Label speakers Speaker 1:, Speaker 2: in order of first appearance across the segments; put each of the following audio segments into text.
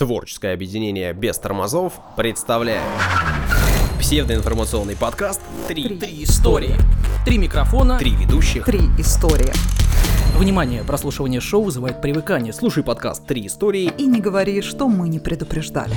Speaker 1: Творческое объединение без тормозов представляет псевдоинформационный подкаст «Три,
Speaker 2: Три истории. Три микрофона.
Speaker 1: три ведущих».
Speaker 3: Три истории.
Speaker 2: Внимание, прослушивание шоу вызывает привыкание. Слушай,
Speaker 1: Слушай подкаст «Три истории».
Speaker 3: И не говори, что мы не предупреждали.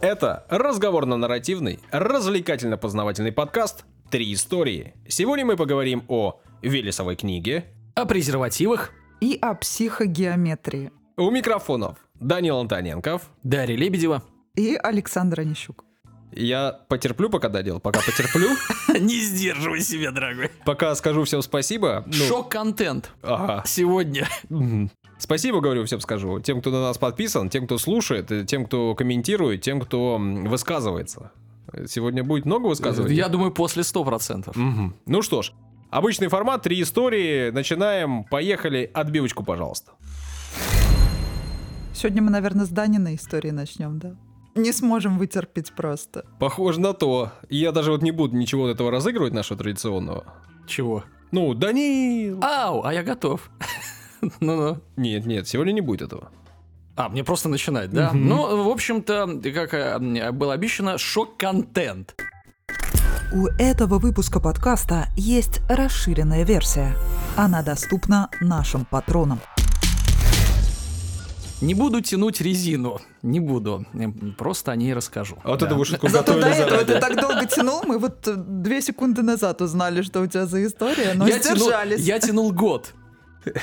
Speaker 1: Это разговорно-нарративный, развлекательно-познавательный подкаст «Три истории». Сегодня мы поговорим о Велесовой книге.
Speaker 2: о презервативах.
Speaker 3: И о психогеометрии.
Speaker 1: У микрофонов Данил Антоненков.
Speaker 2: Дарья Лебедева.
Speaker 3: И Александра Нищук.
Speaker 1: Я потерплю, пока доделал, пока потерплю,
Speaker 2: Не сдерживай себя, дорогой.
Speaker 1: пока скажу всем спасибо. Ну,
Speaker 2: Шок-контент.
Speaker 1: Ага.
Speaker 2: Сегодня.
Speaker 1: Мгм. Ну, Спасибо, говорю, всем скажу. Тем, кто на нас подписан, тем, кто слушает, э, тем, кто комментирует, тем, кто м, высказывается. Э, Сегодня будет много высказываний?
Speaker 2: Я думаю, после 100%.
Speaker 1: Мгм. Ну что ж, обычный формат, три истории. Начинаем. Поехали. Отбивочку, пожалуйста.
Speaker 3: Сегодня мы, наверное, с Даниной истории начнем, да? Не сможем вытерпеть просто.
Speaker 1: Похоже на то. Я даже вот не буду ничего вот этого разыгрывать, нашего традиционного.
Speaker 2: Чего?
Speaker 1: Ну, Данил!
Speaker 2: Ау, а я готов. Ну-ну.
Speaker 1: Нет, нет, сегодня не будет этого.
Speaker 2: А, мне просто начинать, да?
Speaker 1: Мгм.
Speaker 2: Ну, в общем-то, как э, было обещано, шок-контент.
Speaker 3: У этого выпуска подкаста есть расширенная версия. Она доступна нашим патронам.
Speaker 2: Не буду тянуть резину. Не буду. Эм, Просто о ней расскажу.
Speaker 1: А вот
Speaker 2: Да.
Speaker 1: это вы шутку
Speaker 3: Зато до
Speaker 1: готовили
Speaker 3: этого
Speaker 1: заранее.
Speaker 3: ты так долго тянул, мы вот э, две секунды назад узнали, что у тебя за история, но
Speaker 2: я тянул,
Speaker 3: сдержались.
Speaker 2: я тянул год.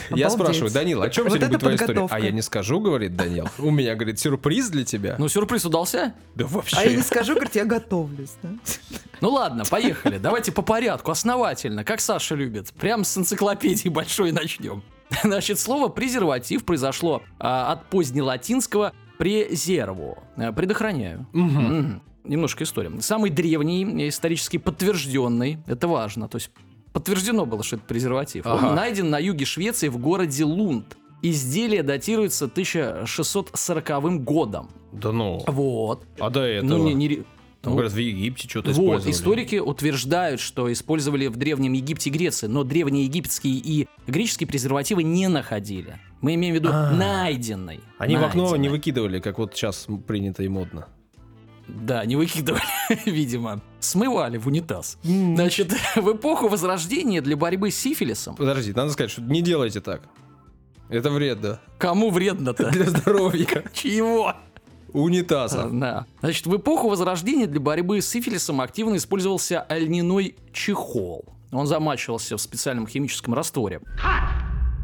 Speaker 1: Я
Speaker 3: Обалдеть.
Speaker 1: спрашиваю, Данил, о чем
Speaker 3: Вот
Speaker 1: сегодня
Speaker 3: это
Speaker 1: будет твоя история? А
Speaker 3: подготовка.
Speaker 1: я не скажу, говорит Данил. У меня, говорит, сюрприз для тебя.
Speaker 2: Ну, сюрприз удался?
Speaker 1: Да вообще.
Speaker 3: А я не скажу, говорит, я готовлюсь. да.
Speaker 2: Ну ладно, поехали. Давайте по порядку, основательно, как Саша любит. Прям с энциклопедии большой начнем. Значит, слово презерватив произошло а, от позднелатинского презерву. э, Предохраняю.
Speaker 1: Мгм.
Speaker 2: Мгм. Немножко история. Самый древний, э, исторически подтвержденный, это важно, то есть подтверждено было, что это презерватив.
Speaker 1: Ага.
Speaker 2: Он найден на юге Швеции в городе Лунд. Изделие датируется 1640 годом.
Speaker 1: Да ну.
Speaker 2: Вот.
Speaker 1: А до этого?
Speaker 2: Ну, не, не ре-
Speaker 1: Там,
Speaker 2: Ну,
Speaker 1: говорят, в Египте что-то
Speaker 2: вот,
Speaker 1: использовали.
Speaker 2: историки утверждают, что использовали в Древнем Египте и Греции, но древние египетские и греческие презервативы не находили. Мы имеем в виду
Speaker 1: А.
Speaker 2: найденный.
Speaker 1: Они в окно
Speaker 2: найденный.
Speaker 1: не выкидывали, как вот сейчас принято и модно.
Speaker 2: Да, не выкидывали, видимо. Смывали в унитаз. Значит, в эпоху Возрождения для борьбы с сифилисом
Speaker 1: Подожди, надо сказать, что не делайте так. Это вредно.
Speaker 2: кому вредно-то?
Speaker 1: Для здоровья.
Speaker 2: Чего?
Speaker 1: Унитаза.
Speaker 2: Э, Да. Значит, в эпоху Возрождения для борьбы с сифилисом активно использовался льняной чехол. Он замачивался в специальном химическом растворе.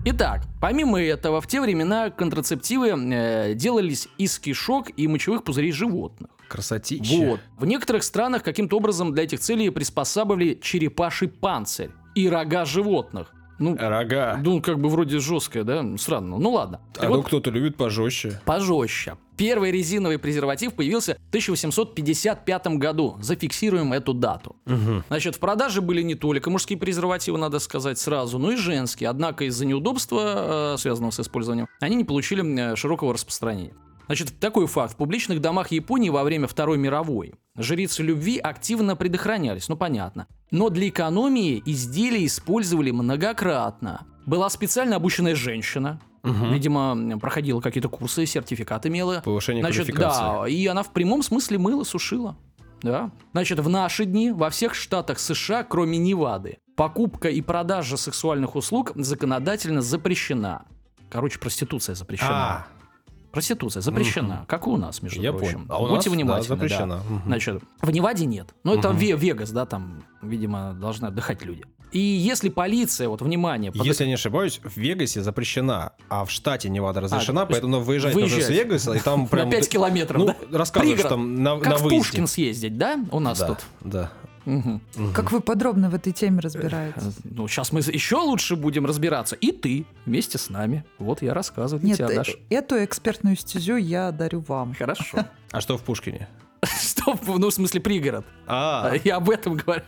Speaker 2: Итак, помимо этого, в те времена контрацептивы э, делались из кишок и мочевых пузырей животных.
Speaker 1: Красотища.
Speaker 2: А, Вот. В некоторых странах каким-то образом для этих целей приспосабливали черепаший панцирь и рога животных. Ну,
Speaker 1: Рога.
Speaker 2: ну как бы вроде жесткое, да? Странно. Ну ладно.
Speaker 1: А
Speaker 2: И вот
Speaker 1: ну кто-то любит пожестче.
Speaker 2: пожестче. Первый резиновый презерватив появился в 1855 году. Зафиксируем эту дату. Значит, в продаже были не только мужские презервативы, надо сказать сразу, но и женские. Однако из-за неудобства, э, связанного с использованием, они не получили э, широкого распространения. Значит, такой факт. В публичных домах Японии во время Второй мировой жрицы любви активно предохранялись, ну понятно. Но для экономии изделия использовали многократно. Была специально обученная женщина,
Speaker 1: Мгм.
Speaker 2: Видимо, проходила какие-то курсы, сертификат имела.
Speaker 1: Повышение
Speaker 2: Значит,
Speaker 1: квалификации.
Speaker 2: да, и она в прямом смысле мыла, сушила. Да. Значит, в наши дни во всех штатах США, кроме Невады, покупка и продажа сексуальных услуг законодательно запрещена. Короче, проституция запрещена.
Speaker 1: А,
Speaker 2: Проституция запрещена, как и у нас, между
Speaker 1: я понял.
Speaker 2: прочим.
Speaker 1: А у
Speaker 2: Будьте
Speaker 1: нас, да,
Speaker 2: внимательны. да.
Speaker 1: запрещено. Мгм.
Speaker 2: Значит, в Неваде нет. Но это
Speaker 1: Мгм.
Speaker 2: Ве- Вегас, да, там, видимо, должны отдыхать люди. И если полиция, вот, внимание, под-
Speaker 1: Если я не ошибаюсь, в Вегасе запрещена, а в штате Невада разрешена,
Speaker 2: то есть
Speaker 1: поэтому выезжать нужно с
Speaker 2: выезжать.
Speaker 1: Вегаса, и там прям...
Speaker 2: на 5 километров,
Speaker 1: Ну,
Speaker 2: да?
Speaker 1: рассказываешь
Speaker 2: Пригород.
Speaker 1: там на, на
Speaker 2: Как в
Speaker 1: выезде.
Speaker 2: Пушкин съездить, да? У нас
Speaker 1: да,
Speaker 2: тут.
Speaker 1: да.
Speaker 2: Мгм.
Speaker 1: Мгм.
Speaker 3: Как вы подробно в этой теме разбираетесь?
Speaker 2: Ну, сейчас мы еще лучше будем разбираться. И ты вместе с нами. Вот я рассказываю для
Speaker 3: Нет,
Speaker 2: тебя,
Speaker 3: э,
Speaker 2: Даш.
Speaker 3: эту экспертную стезю я дарю вам.
Speaker 2: Хорошо.
Speaker 1: А что в Пушкине?
Speaker 2: Что, в- ну, в смысле, пригород.
Speaker 1: А,
Speaker 2: Я об этом говорю.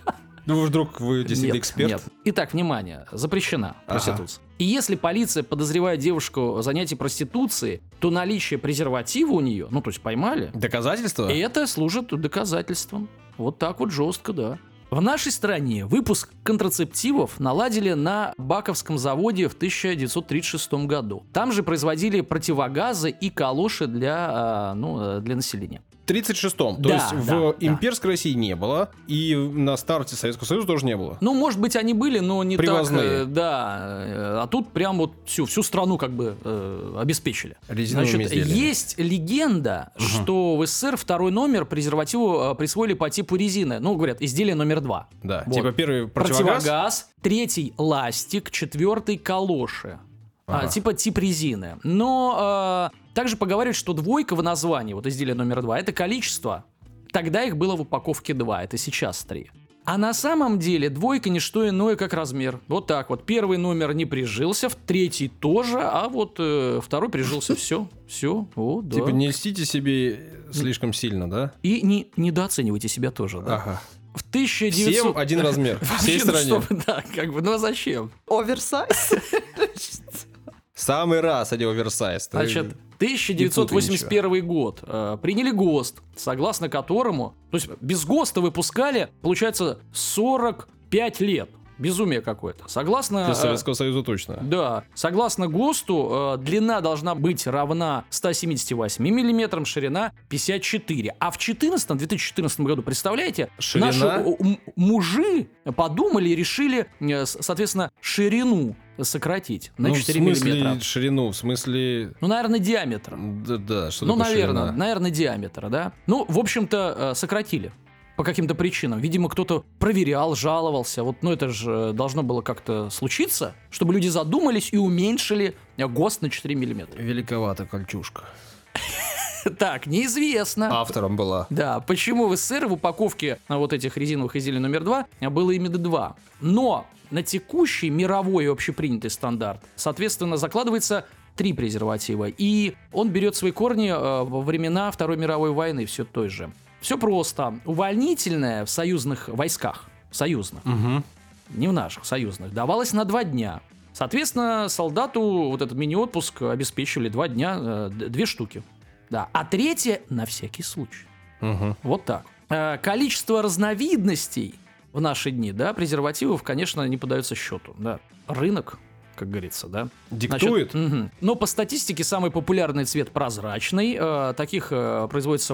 Speaker 1: ну вы вдруг вы действительно
Speaker 2: Нет,
Speaker 1: эксперт?
Speaker 2: нет. Итак, внимание, запрещена
Speaker 1: Ага.
Speaker 2: проституция. И если полиция подозревает девушку в занятии проституции, то наличие презерватива у нее, ну, то есть поймали,
Speaker 1: Типа. Доказательства?
Speaker 2: это служит доказательством. Вот так вот жестко, да. В нашей стране выпуск контрацептивов наладили на Баковском заводе в 1936 году. Там же производили противогазы и калоши для, а, ну, э, для населения.
Speaker 1: В 36-м. То
Speaker 2: Да,
Speaker 1: есть
Speaker 2: да,
Speaker 1: в
Speaker 2: да.
Speaker 1: имперской России не было, и на старте Советского Союза тоже не было.
Speaker 2: Ну, может быть, они были, но не
Speaker 1: Привозные.
Speaker 2: так. э, Да. э, А тут прям вот всю, всю страну как бы э, обеспечили.
Speaker 1: Резиновыми
Speaker 2: Значит,
Speaker 1: изделиями.
Speaker 2: есть легенда, что в СССР второй номер презервативу э, присвоили по типу резины. Ну, говорят, изделие номер два.
Speaker 1: Да,
Speaker 2: Вот.
Speaker 1: типа первый
Speaker 2: Противогаз.
Speaker 1: противогаз.
Speaker 2: третий ластик, четвертый калоши. А,
Speaker 1: Ага.
Speaker 2: типа тип резины. Но э, также поговаривают, что двойка в названии, вот изделие номер два, это количество. Тогда их было в упаковке два, это сейчас три. А на самом деле двойка не что иное, как размер. Вот так вот. Первый номер не прижился, в третий тоже, а вот э, второй прижился. Все, все, о, да.
Speaker 1: Типа не льстите себе слишком сильно, да?
Speaker 2: И не недооценивайте себя тоже, да.
Speaker 1: Ага.
Speaker 2: В 1900...
Speaker 1: А. Всем один размер. Всей
Speaker 2: Вообще, ну,
Speaker 1: стране.
Speaker 2: чтобы- да, как бы, ну а зачем?
Speaker 3: Оверсайз.
Speaker 1: Самый раз, а не оверсайз. Ты-
Speaker 2: Значит,
Speaker 1: не
Speaker 2: 1981 год. э, приняли ГОСТ, согласно которому... То есть без ГОСТа выпускали, получается, 45 лет. Безумие какое-то. Согласно...
Speaker 1: Для
Speaker 2: э,
Speaker 1: Советского Союза точно.
Speaker 2: да, согласно ГОСТу, э, длина должна быть равна 178 миллиметрам, ширина 54. А в 14 2014 году, представляете,
Speaker 1: Ширина?
Speaker 2: наши э, м- мужи подумали и решили, э, с- соответственно, ширину сократить на
Speaker 1: Ну,
Speaker 2: 4
Speaker 1: в смысле
Speaker 2: миллиметра.
Speaker 1: ширину, в смысле...
Speaker 2: Ну, наверное, диаметр.
Speaker 1: Да, да, что
Speaker 2: Ну,
Speaker 1: такое
Speaker 2: наверное,
Speaker 1: ширина?
Speaker 2: наверное, диаметр, да. Ну, в общем-то, э, сократили по каким-то причинам. Видимо, кто-то проверял, жаловался. Вот, ну, это же должно было как-то случиться, чтобы люди задумались и уменьшили э, ГОСТ на 4 миллиметра.
Speaker 1: Великовата кольчушка.
Speaker 2: Так, неизвестно.
Speaker 1: Автором была.
Speaker 2: Да, почему в СССР в упаковке а, вот этих резиновых изделий номер 2 было именно 2. Но на текущий мировой и общепринятый стандарт, соответственно, закладывается три презерватива. И он берет свои корни э, во времена Второй мировой войны все той же. Все просто. Увольнительное в союзных войсках, союзных,
Speaker 1: Мгм.
Speaker 2: не в наших, союзных, давалось на два дня. Соответственно, солдату вот этот мини-отпуск обеспечивали два дня, э, д- две штуки. Да. А третье на всякий случай.
Speaker 1: Мгм.
Speaker 2: Вот так. Э, Количество разновидностей в наши дни, да, презервативов, конечно, не подается счету. Да. Рынок, как говорится, да. Значит,
Speaker 1: Диктует?
Speaker 2: мгм. Но по статистике самый популярный цвет прозрачный. Э, таких э, производится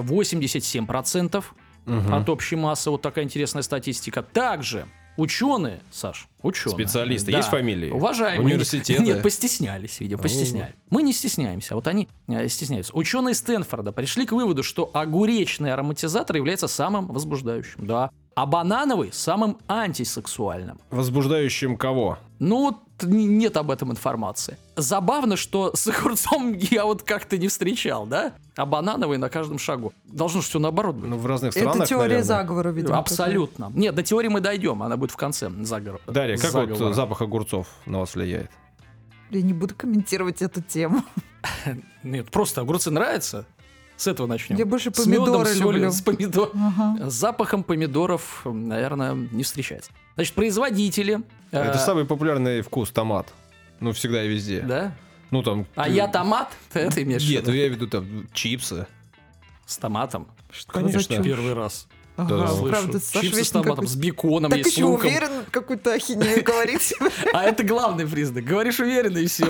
Speaker 2: 87%
Speaker 1: Мгм.
Speaker 2: от общей массы. Вот такая интересная статистика. Также ученые, Саш, ученые.
Speaker 1: Специалисты.
Speaker 2: Да.
Speaker 1: Есть фамилии?
Speaker 2: Уважаемые.
Speaker 1: Университеты? Ну,
Speaker 2: Нет, постеснялись, видимо,
Speaker 1: О.
Speaker 2: постеснялись. Мы не стесняемся, а вот они э, стесняются. Ученые Стэнфорда пришли к выводу, что огуречный ароматизатор является самым возбуждающим. Да. А банановый самым антисексуальным.
Speaker 1: Возбуждающим кого?
Speaker 2: Ну вот н- нет об этом информации. Забавно, что с огурцом я вот как-то не встречал, да? А банановый на каждом шагу. Должно все наоборот быть.
Speaker 1: Ну, в разных странах,
Speaker 3: Это теория
Speaker 1: наверное.
Speaker 3: заговора, видимо.
Speaker 2: Абсолютно. Нет, до теории мы дойдем, она будет в конце заговора.
Speaker 1: Дарья, как
Speaker 2: заговора.
Speaker 1: вот запах огурцов на вас влияет?
Speaker 3: такая. Я не буду комментировать эту тему.
Speaker 2: Нет, просто огурцы нравятся. С этого начнем.
Speaker 3: Я больше
Speaker 2: С медом,
Speaker 3: помидоры
Speaker 2: с солью,
Speaker 3: люблю. Ну.
Speaker 2: С помидор...
Speaker 3: Ага.
Speaker 2: С запахом помидоров, м, наверное, не встречается. Значит, производители... э,
Speaker 1: А Это самый популярный вкус томат. Ну, всегда и везде.
Speaker 2: Да?
Speaker 1: Ну, там...
Speaker 2: А
Speaker 1: ты-
Speaker 2: я томат? Ты это имеешь в
Speaker 1: Нет, ну
Speaker 2: виду?
Speaker 1: я веду там чипсы.
Speaker 2: С томатом.
Speaker 3: Что
Speaker 1: конечно.
Speaker 3: за чушь?
Speaker 2: Первый раз.
Speaker 3: Ага,
Speaker 1: Да,
Speaker 2: слышу.
Speaker 3: А, правда, Саша
Speaker 2: Чипсы с
Speaker 3: вечно
Speaker 2: томатом,
Speaker 3: какой-то-
Speaker 2: с беконом,
Speaker 3: Так
Speaker 2: есть с
Speaker 3: еще
Speaker 2: луком.
Speaker 3: уверен, какую-то ахинею говорит.
Speaker 2: А это главный признак. Говоришь уверенно и все.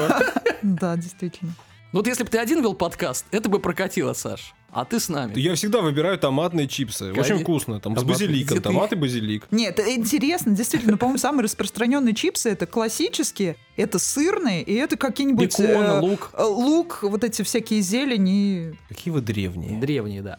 Speaker 3: Да, действительно.
Speaker 2: Вот если бы ты один вел подкаст, это бы прокатило, Саш. А ты с нами.
Speaker 1: Я всегда выбираю томатные чипсы.
Speaker 2: Конечно.
Speaker 1: Очень вкусно. Там с
Speaker 2: Томатные.
Speaker 1: базиликом.
Speaker 2: Где ты
Speaker 1: Томат и базилик.
Speaker 3: Нет, это интересно, действительно, по-моему, самые распространенные чипсы это классические, это сырные, и это какие-нибудь...
Speaker 2: Бекон,
Speaker 3: э,
Speaker 2: лук.
Speaker 3: э, Лук, вот эти всякие зелени.
Speaker 1: Какие вы
Speaker 3: э,
Speaker 1: древние.
Speaker 2: Древние, да.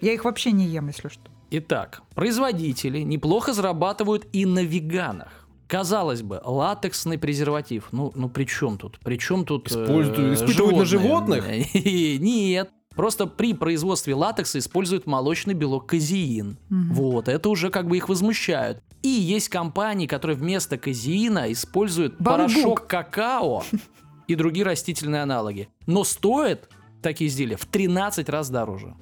Speaker 3: Я их вообще не ем, если что.
Speaker 2: Итак, производители неплохо зарабатывают и на веганах. Казалось бы, латексный презерватив. Ну, ну при чем тут? При чем тут э,
Speaker 1: Используют- испытывают на
Speaker 2: животные?
Speaker 1: животных?
Speaker 2: Нет. Просто при производстве латекса используют молочный белок казеин. Вот, это уже как бы их возмущают. И есть компании, которые вместо казеина используют
Speaker 3: Бамбук.
Speaker 2: порошок какао и другие растительные аналоги. Но стоят такие изделия в 13 раз дороже.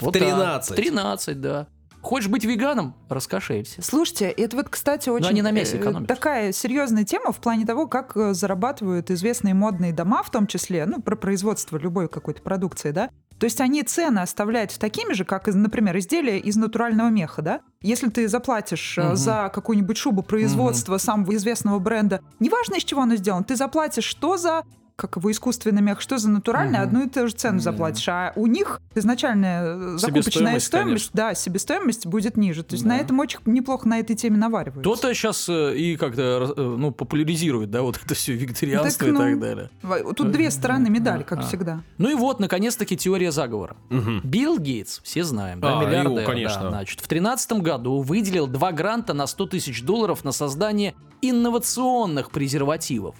Speaker 1: В
Speaker 2: так.
Speaker 1: 13?
Speaker 2: 13, да. Хочешь быть веганом? Раскошелься.
Speaker 3: Слушайте, это вот, кстати, очень
Speaker 2: они на мясе
Speaker 3: э,
Speaker 2: экономят.
Speaker 3: такая серьезная тема в плане того, как э, зарабатывают известные модные дома, в том числе, ну, про производство любой какой-то продукции, да, То есть они цены оставляют такими же, как, из, например, изделия из натурального меха, да? Если ты заплатишь э,
Speaker 2: Мгм.
Speaker 3: за какую-нибудь шубу производства самого известного бренда, неважно, из чего оно сделано, ты заплатишь что за как его искусственный мех, что за натуральный,
Speaker 2: Мгм.
Speaker 3: одну и ту же цену
Speaker 2: Да.
Speaker 3: заплатишь. А у них изначальная э, закупочная
Speaker 2: Себестоимость,
Speaker 3: стоимость, да, себестоимость будет ниже. То есть на
Speaker 2: Да.
Speaker 3: этом очень неплохо на этой теме наваривают.
Speaker 2: Кто-то сейчас и как-то раз- э, ну, популяризирует, да, вот это все вегетарианство
Speaker 3: Так,
Speaker 2: и так
Speaker 3: ну.
Speaker 2: далее.
Speaker 3: Во- Тут две стороны медали, как
Speaker 2: А.
Speaker 3: всегда.
Speaker 2: Ну и вот, наконец-таки, теория заговора.
Speaker 1: Мгм.
Speaker 2: Билл Гейтс, все знаем, да,
Speaker 1: А, его,
Speaker 2: миллиардер, да,
Speaker 1: конечно.
Speaker 2: значит, в 2013 году выделил два гранта на 100 тысяч долларов на создание инновационных презервативов.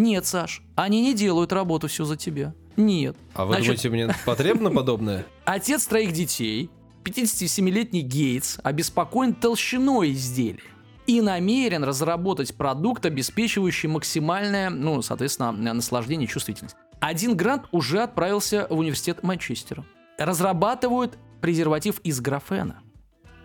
Speaker 2: Нет, Саш, они не делают работу всю за тебя. Нет.
Speaker 1: А вы
Speaker 2: Значит-
Speaker 1: думаете, мне потребно подобное?
Speaker 2: Отец троих детей, 57-летний Гейтс, обеспокоен толщиной изделия и намерен разработать продукт, обеспечивающий максимальное, ну, соответственно, наслаждение и чувствительность. Один грант уже отправился в университет Манчестера. Разрабатывают презерватив из графена.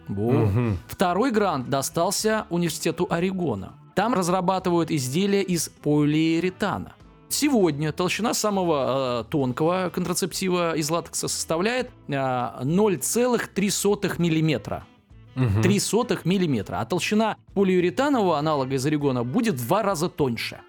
Speaker 2: Во.
Speaker 1: Мгм.
Speaker 2: Второй грант достался университету Орегона. Там разрабатывают изделия из полиуретана. Сегодня толщина самого э, тонкого контрацептива из латекса составляет э, 0,3 миллиметра.
Speaker 1: Мгм.
Speaker 2: 0,03 миллиметра. А толщина полиуретанового аналога из орегона будет в два раза тоньше.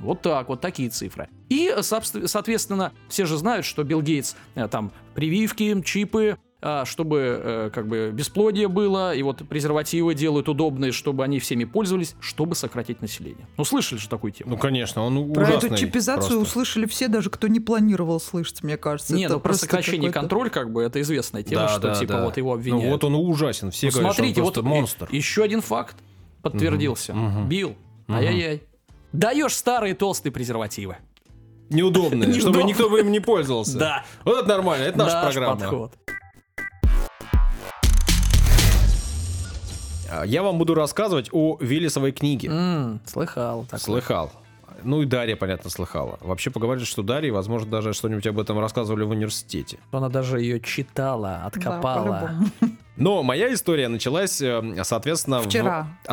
Speaker 2: Вот так, вот такие цифры. И, э, собст- соответственно, все же знают, что Билл Гейтс э, там прививки, чипы, а, чтобы э, как бы бесплодие было, и вот презервативы делают удобные, чтобы они всеми пользовались, чтобы сократить население. Ну, слышали же такую тему?
Speaker 1: Ну, конечно, он
Speaker 3: Про
Speaker 1: ужасный.
Speaker 3: эту чипизацию
Speaker 1: просто.
Speaker 3: услышали все, даже кто не планировал слышать, мне кажется.
Speaker 2: Не,
Speaker 3: Это
Speaker 2: ну про
Speaker 3: просто
Speaker 2: сокращение
Speaker 3: какой-то-
Speaker 2: контроль, как бы, это известная тема,
Speaker 1: Да,
Speaker 2: что
Speaker 1: да,
Speaker 2: типа
Speaker 1: да.
Speaker 2: вот его обвиняют.
Speaker 1: Ну вот он ужасен. Все
Speaker 2: Ну,
Speaker 1: говорят, что он
Speaker 2: смотрите,
Speaker 1: просто
Speaker 2: вот
Speaker 1: монстр.
Speaker 2: еще один факт подтвердился.
Speaker 1: Мгм, мгм.
Speaker 2: Бил,
Speaker 1: Мгм.
Speaker 2: ай-яй-яй. Даешь старые толстые презервативы.
Speaker 1: Неудобный, чтобы
Speaker 2: Неудобный.
Speaker 1: никто бы им не пользовался.
Speaker 2: Да,
Speaker 1: Вот это нормально, это наша
Speaker 2: наш
Speaker 1: программа.
Speaker 2: подход.
Speaker 1: А, Я вам буду рассказывать о Велесовой книге.
Speaker 2: М, слыхал. такое.
Speaker 1: Слыхал. Ну и Дарья, понятно, слыхала. Вообще поговорили, что Дарья, возможно, даже что-нибудь об этом рассказывали в университете.
Speaker 2: Она даже ее читала,
Speaker 3: Да,
Speaker 2: откопала.
Speaker 3: по-любому.
Speaker 1: Но моя история началась, э, соответственно,
Speaker 3: Вчера.
Speaker 1: в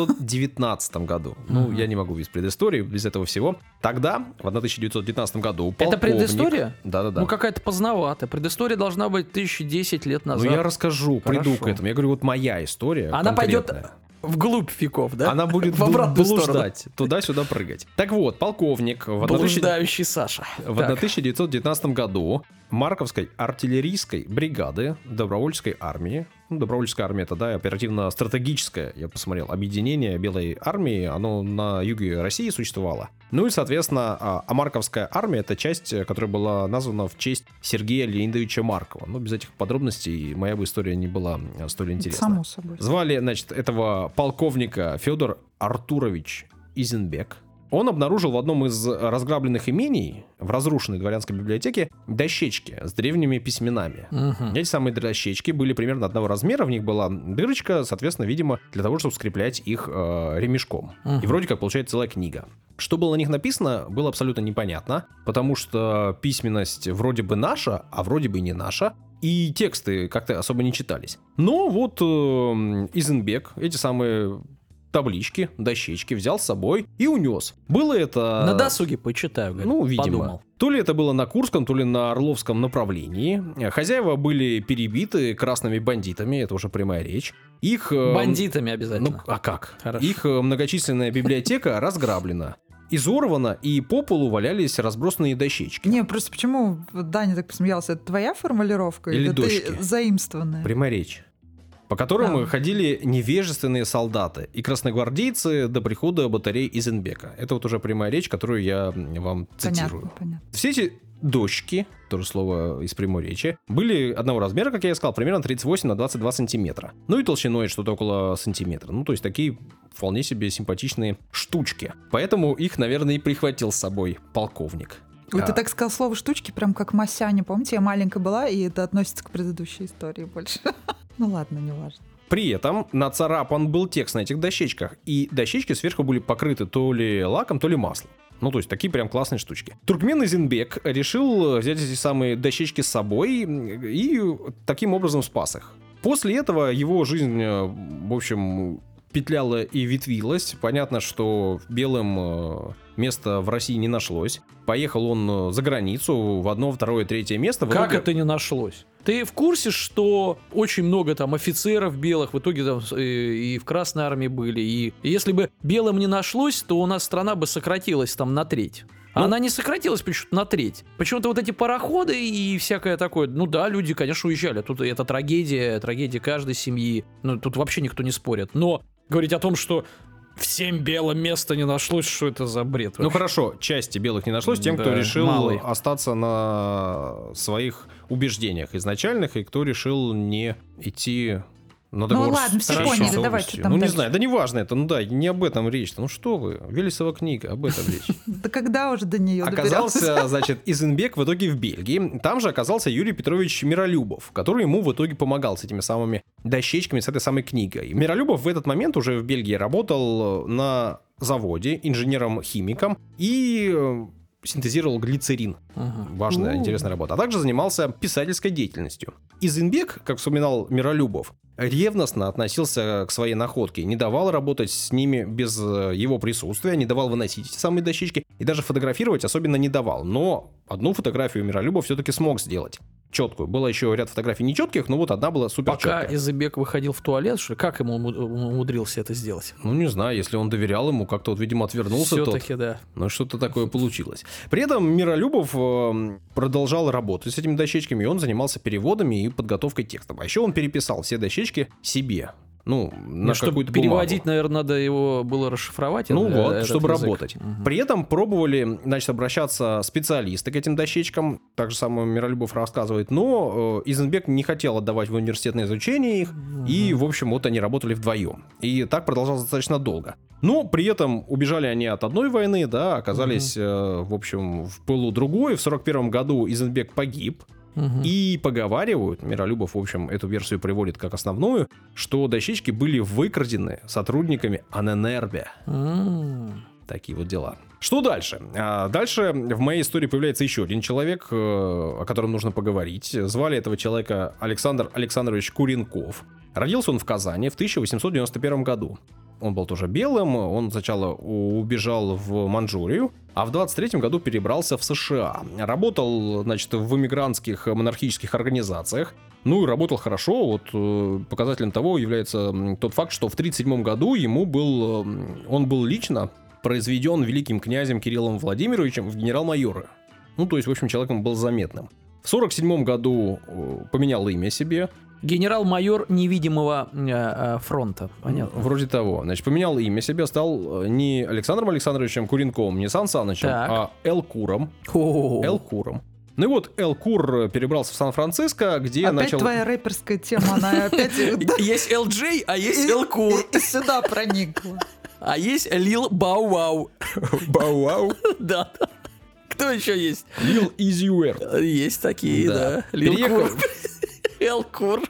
Speaker 1: 1919 году. Ну, я не могу без предыстории, без этого всего. Тогда, в 1919 году,
Speaker 2: Это
Speaker 1: полковник-
Speaker 2: предыстория?
Speaker 1: Да-да-да.
Speaker 2: Ну какая-то поздноватая. Предыстория должна быть 1010 лет
Speaker 1: Ну,
Speaker 2: назад.
Speaker 1: я расскажу, приду
Speaker 2: Хорошо.
Speaker 1: к этому. Я говорю, вот моя история.
Speaker 2: Она пойдет
Speaker 1: конкретная.
Speaker 2: Вглубь веков, да?
Speaker 1: Она будет
Speaker 2: в обратную сторону.
Speaker 1: блуждать, туда-сюда прыгать. Так вот, полковник в 1000
Speaker 2: Блуждающий Саша.
Speaker 1: В
Speaker 2: Так.
Speaker 1: 1919 году Марковской артиллерийской бригады добровольческой армии, ну, добровольческая армия это, да, оперативно-стратегическое, я посмотрел, объединение Белой армии, оно на юге России существовало. Ну и, соответственно, а а Марковская армия это часть, э, которая была названа в честь Сергея Леонидовича Маркова. Ну, без этих подробностей моя бы история не была э, столь интересна.
Speaker 3: Само собой.
Speaker 1: Звали, значит, этого полковника Федор Артурович Изенбек. Он обнаружил в одном из разграбленных имений, в разрушенной дворянской библиотеке, дощечки с древними письменами.
Speaker 2: Мгм.
Speaker 1: Эти самые дощечки были примерно одного размера, в них была дырочка, соответственно, видимо, для того, чтобы скреплять их э, ремешком.
Speaker 2: Мгм.
Speaker 1: И вроде как получается целая книга. Что было на них написано, было абсолютно непонятно, потому что письменность вроде бы наша, а вроде бы и не наша, и тексты как-то особо не читались. Но вот э, Изенбек эти самые таблички, дощечки взял с собой и унес. Было это...
Speaker 2: На досуге почитаю, говорит,
Speaker 1: Ну, видимо.
Speaker 2: подумал.
Speaker 1: То ли это было на Курском, то ли на Орловском направлении. Хозяева были перебиты красными бандитами, это уже прямая речь. Их... э,
Speaker 2: Бандитами
Speaker 1: Ну,
Speaker 2: обязательно.
Speaker 1: а как?
Speaker 2: Хорошо.
Speaker 1: Их э, многочисленная библиотека разграблена. Изорвана, и по полу валялись разбросанные дощечки.
Speaker 3: Не, просто почему Даня так посмеялся? Это твоя формулировка?
Speaker 1: Или дочки?
Speaker 3: ты заимствованная?
Speaker 1: Прямая речь. По которым
Speaker 3: Да.
Speaker 1: ходили невежественные солдаты и красногвардейцы до прихода батарей Изенбека. Это вот уже прямая речь, которую я м, вам цитирую.
Speaker 3: Понятно, понятно.
Speaker 1: Все эти дочки, тоже слово из прямой речи, были одного размера, как я и сказал, примерно 38 на 22 сантиметра. Ну и толщиной что-то около сантиметра. Ну, то есть такие вполне себе симпатичные штучки. Поэтому их, наверное, и прихватил с собой полковник.
Speaker 3: Ой, ты
Speaker 1: А.
Speaker 3: так сказал слово штучки, прям как Масяня. Помните, я маленькая была, и это относится к предыдущей истории больше. Ну ладно, не важно.
Speaker 1: При этом нацарапан был текст на этих дощечках, и дощечки сверху были покрыты то ли лаком, то ли маслом. Ну, то есть такие прям классные штучки. Туркмен Изенбек решил э, взять эти самые дощечки с собой м, и таким образом спас их. После этого его жизнь, э, в общем, петляла и ветвилась. Понятно, что белым э, места в России не нашлось. Поехал он э, за границу в одно, второе, третье место. В
Speaker 2: Как
Speaker 1: итоге-
Speaker 2: это не нашлось? Ты в курсе, что очень много там офицеров белых в итоге там э, и в Красной армии были, и и если бы белым не нашлось, то у нас страна бы сократилась там на треть. А
Speaker 1: Ну-
Speaker 2: Она не сократилась почему-то на треть. Почему-то вот эти пароходы и всякое такое. Ну да, люди, конечно, уезжали. Тут это трагедия, трагедия каждой семьи. Ну тут вообще никто не спорит. Но говорить о том, что всем белым места не нашлось, что это за бред?
Speaker 1: Ну
Speaker 2: вообще?
Speaker 1: хорошо, части белых не нашлось тем, кто
Speaker 2: Да,
Speaker 1: решил
Speaker 2: малый.
Speaker 1: остаться на своих убеждениях изначальных, и кто решил не идти на договор с
Speaker 4: Ну, ладно, все
Speaker 1: Российской
Speaker 4: поняли,
Speaker 1: Союзом.
Speaker 4: давай, что там
Speaker 1: Ну не
Speaker 4: дальше?
Speaker 1: знаю, да не важно это, ну да, не об этом речь. Ну что вы, Велесова книга, об этом речь.
Speaker 3: Да когда уже до нее доберёмся?
Speaker 1: Оказался, значит, Изенбек в итоге в Бельгии. Там же оказался Юрий Петрович Миролюбов, который ему в итоге помогал с этими самыми дощечками, с этой самой книгой. Миролюбов в этот момент уже в Бельгии работал э, на заводе инженером-химиком и э, синтезировал глицерин.
Speaker 2: Мгм.
Speaker 1: Важная,
Speaker 3: О.
Speaker 1: интересная работа. А также занимался писательской деятельностью. Изенбек, как вспоминал Миролюбов, ревностно относился к своей находке, не давал работать с ними без э, его присутствия, не давал выносить эти самые дощечки и даже фотографировать особенно не давал. Но одну фотографию Миролюбов все-таки смог сделать. Четкую. Было еще ряд фотографий нечетких, но вот одна была супер
Speaker 2: Пока Изыбек выходил в туалет, что ли? Как ему уму- умудрился это сделать?
Speaker 1: Ну, не знаю, если он доверял ему, как-то вот, видимо, отвернулся тот.
Speaker 2: Все-таки, да.
Speaker 1: Ну, что-то такое получилось. При этом Миролюбов эм, продолжал работать с этими дощечками, и он занимался переводами и подготовкой текстов. А еще он переписал все дощечки себе. Ну, на
Speaker 2: Ну, чтобы
Speaker 1: какую-то бумагу.
Speaker 2: переводить, наверное, надо его было расшифровать.
Speaker 1: Ну
Speaker 2: э,
Speaker 1: вот,
Speaker 2: этот
Speaker 1: чтобы
Speaker 2: язык.
Speaker 1: работать.
Speaker 2: Мгм.
Speaker 1: При этом пробовали, значит, обращаться специалисты к этим дощечкам, так же самое Миролюбов рассказывает, но э, Изенбек не хотел отдавать в университетное изучение их, и, в общем, вот они работали вдвоем. И так продолжалось достаточно долго. Но при этом убежали они от одной войны, да, оказались, э, в общем, в пылу другой. В 41 году Изенбек погиб,
Speaker 2: Мгм.
Speaker 1: и поговаривают, Миролюбов, в общем, эту версию приводит как основную, что дощечки были выкрадены сотрудниками Аненербе.
Speaker 2: М.
Speaker 1: Такие вот дела. Что дальше? А, Дальше в моей истории появляется еще один человек, э, о котором нужно поговорить. Звали этого человека Александр Александрович Куренков. Родился он в Казани в 1891 году. Он был тоже белым, он сначала у- убежал в Манчжурию, а в 23 году перебрался в США. Работал, значит, в эмигрантских монархических организациях. Ну и работал хорошо, вот э, показателем того является м, тот факт, что в 37 году ему был, э, м, он был лично произведен великим князем Кириллом Владимировичем в генерал-майоры. Ну, то есть, в общем, человеком был заметным. В 47 году э, поменял имя себе,
Speaker 2: Генерал-майор невидимого э, э, фронта. Понятно.
Speaker 1: Вроде того. Значит, поменял имя себе, стал э, не Александром Александровичем Куренковым, не Сан Санычем,
Speaker 2: Так.
Speaker 1: а Элкуром.
Speaker 2: О.
Speaker 1: Элкуром. Ну и вот Элкур э, перебрался в Сан-Франциско, где
Speaker 3: Опять
Speaker 1: начал...
Speaker 3: твоя рэперская тема, она опять да,
Speaker 2: Есть LJ, а есть
Speaker 3: и-
Speaker 2: Элкур,
Speaker 3: и- и сюда проникла.
Speaker 2: а есть Лил Бау-Вау.
Speaker 1: Бау-вау.
Speaker 2: Да. да. Кто еще есть? Э,
Speaker 1: Лил Изи Уэрт.
Speaker 2: Есть такие,
Speaker 1: Да.
Speaker 2: да. Лил
Speaker 1: Переехал.
Speaker 2: Кур. Элкур.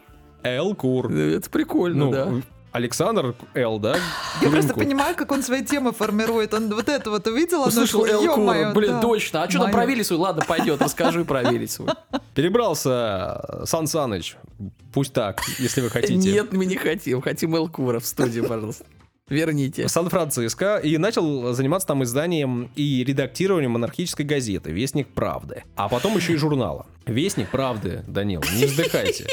Speaker 1: Элкур.
Speaker 2: Это прикольно,
Speaker 1: Ну,
Speaker 2: Ну да.
Speaker 1: Александр Эл, да?
Speaker 3: Я просто
Speaker 1: Куренков.
Speaker 3: понимаю, как он свои темы формирует. Он вот это вот увидел, оно
Speaker 2: Услышал
Speaker 3: шло,
Speaker 2: Элкура.
Speaker 3: «Ё-моё,
Speaker 2: Блин,
Speaker 3: да,
Speaker 2: точно. А что там
Speaker 3: моё».
Speaker 2: про Виллису? Ладно, пойдет. Расскажи про Виллису.
Speaker 1: Перебрался э, Сан Саныч. Пусть так, если вы хотите.
Speaker 2: Нет, мы не хотим. Хотим Элкура в студию, пожалуйста. Верните.
Speaker 1: в Сан-Франциско и начал заниматься там изданием и редактированием монархической газеты «Вестник правды», а потом еще и журнала. «Вестник правды», Данил, не вздыхайте.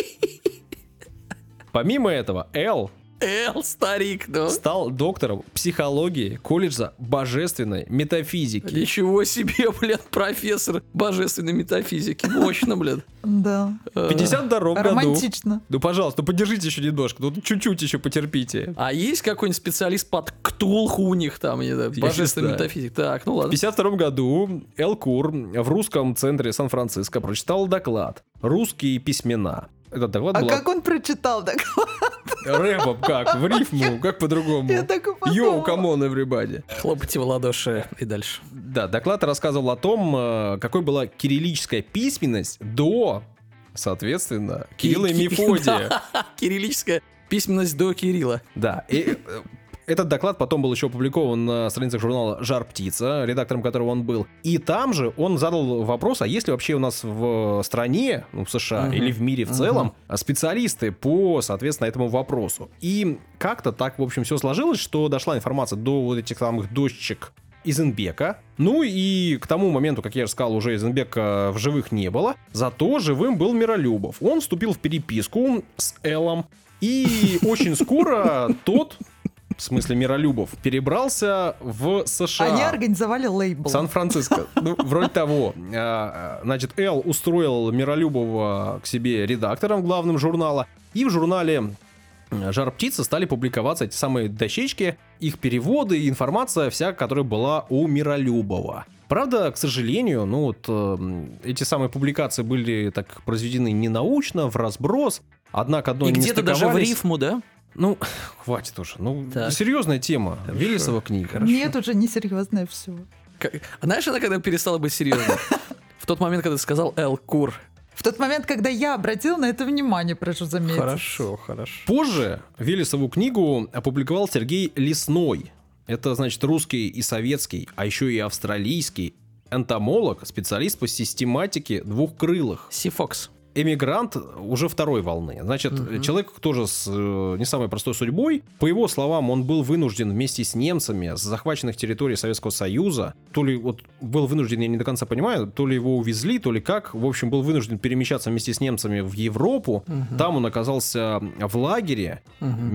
Speaker 1: Помимо этого, Эл
Speaker 2: Эл, старик, ну». да?
Speaker 1: стал доктором психологии колледжа божественной метафизики.
Speaker 2: Ничего себе, блядь, профессор божественной метафизики. Мощно, блядь.
Speaker 3: Да,
Speaker 2: Э,
Speaker 1: В 52 году...
Speaker 3: романтично.
Speaker 1: Ну, пожалуйста, ну поддержите еще немножко, ну чуть-чуть еще потерпите.
Speaker 2: А есть какой-нибудь специалист под ктулху у них там, не знаю,
Speaker 1: Я
Speaker 2: божественный
Speaker 1: не знаю.
Speaker 2: метафизик? Так, ну
Speaker 1: В
Speaker 2: ладно.
Speaker 1: 1952 году Эл Кур в русском центре Сан-Франциско прочитал доклад «Русские письмена». Этот доклад
Speaker 3: А
Speaker 1: был
Speaker 3: как он прочитал так?
Speaker 1: Рэпом как? В рифму? Как по-другому?
Speaker 3: Я так и подумала.
Speaker 1: Йоу, камон, everybody.
Speaker 2: Хлопайте в ладоши и дальше.
Speaker 1: Да, доклад рассказывал о том, э, какой была кириллическая письменность до, соответственно, Кирилла и
Speaker 2: Ки- ки-
Speaker 1: Мефодия.
Speaker 2: Кириллическая письменность до Кирилла.
Speaker 1: Да, и э, Этот доклад потом был еще опубликован на страницах журнала «Жар птица», редактором которого он был. И там же он задал вопрос, а есть ли вообще у нас в стране, ну, в США
Speaker 2: Мгм.
Speaker 1: или в мире в
Speaker 2: Мгм.
Speaker 1: целом, а специалисты по, соответственно, этому вопросу. И как-то так, в общем, все сложилось, что дошла информация до вот этих самых дочек Изенбека. Ну и к тому моменту, как я уже сказал, уже Изенбека в живых не было. Зато живым был Миролюбов. Он вступил в переписку с Эллом. И очень скоро тот, в смысле Миролюбов, перебрался в США.
Speaker 3: Они организовали лейбл.
Speaker 1: Сан-Франциско. Ну, вроде того. А, Значит, Эл устроил Миролюбова к себе редактором главным журнала. И в журнале «Жар птица» стали публиковаться эти самые дощечки, их переводы и информация вся, которая была у Миролюбова. Правда, к сожалению, ну вот эм, эти самые публикации были так произведены не научно, в разброс, однако одно
Speaker 2: И
Speaker 1: не
Speaker 2: где-то даже в
Speaker 1: стыковались.
Speaker 2: рифму, да?
Speaker 1: Ну, хватит уже. Ну,
Speaker 2: Так.
Speaker 1: серьезная тема. Велесова книга.
Speaker 3: Нет, уже несерьезное все.
Speaker 2: Как- а Знаешь, она когда перестала быть серьезной? В тот момент, когда ты сказал Эл Кур.
Speaker 3: В тот момент, когда я обратила на это внимание, прошу заметить.
Speaker 2: хорошо.
Speaker 1: Позже Велесову книгу опубликовал Сергей Лесной. Это, значит, русский и советский, а еще и австралийский энтомолог, специалист по систематике двухкрылых.
Speaker 2: Сифокс.
Speaker 1: Эмигрант уже второй волны. Значит,
Speaker 2: Мгм.
Speaker 1: человек тоже с э, не самой простой судьбой. По его словам, он был вынужден вместе с немцами с захваченных территорий Советского Союза, то ли вот был вынужден, я не до конца понимаю, то ли его увезли, то ли как. В общем, был вынужден перемещаться вместе с немцами в Европу. Там он оказался в лагере,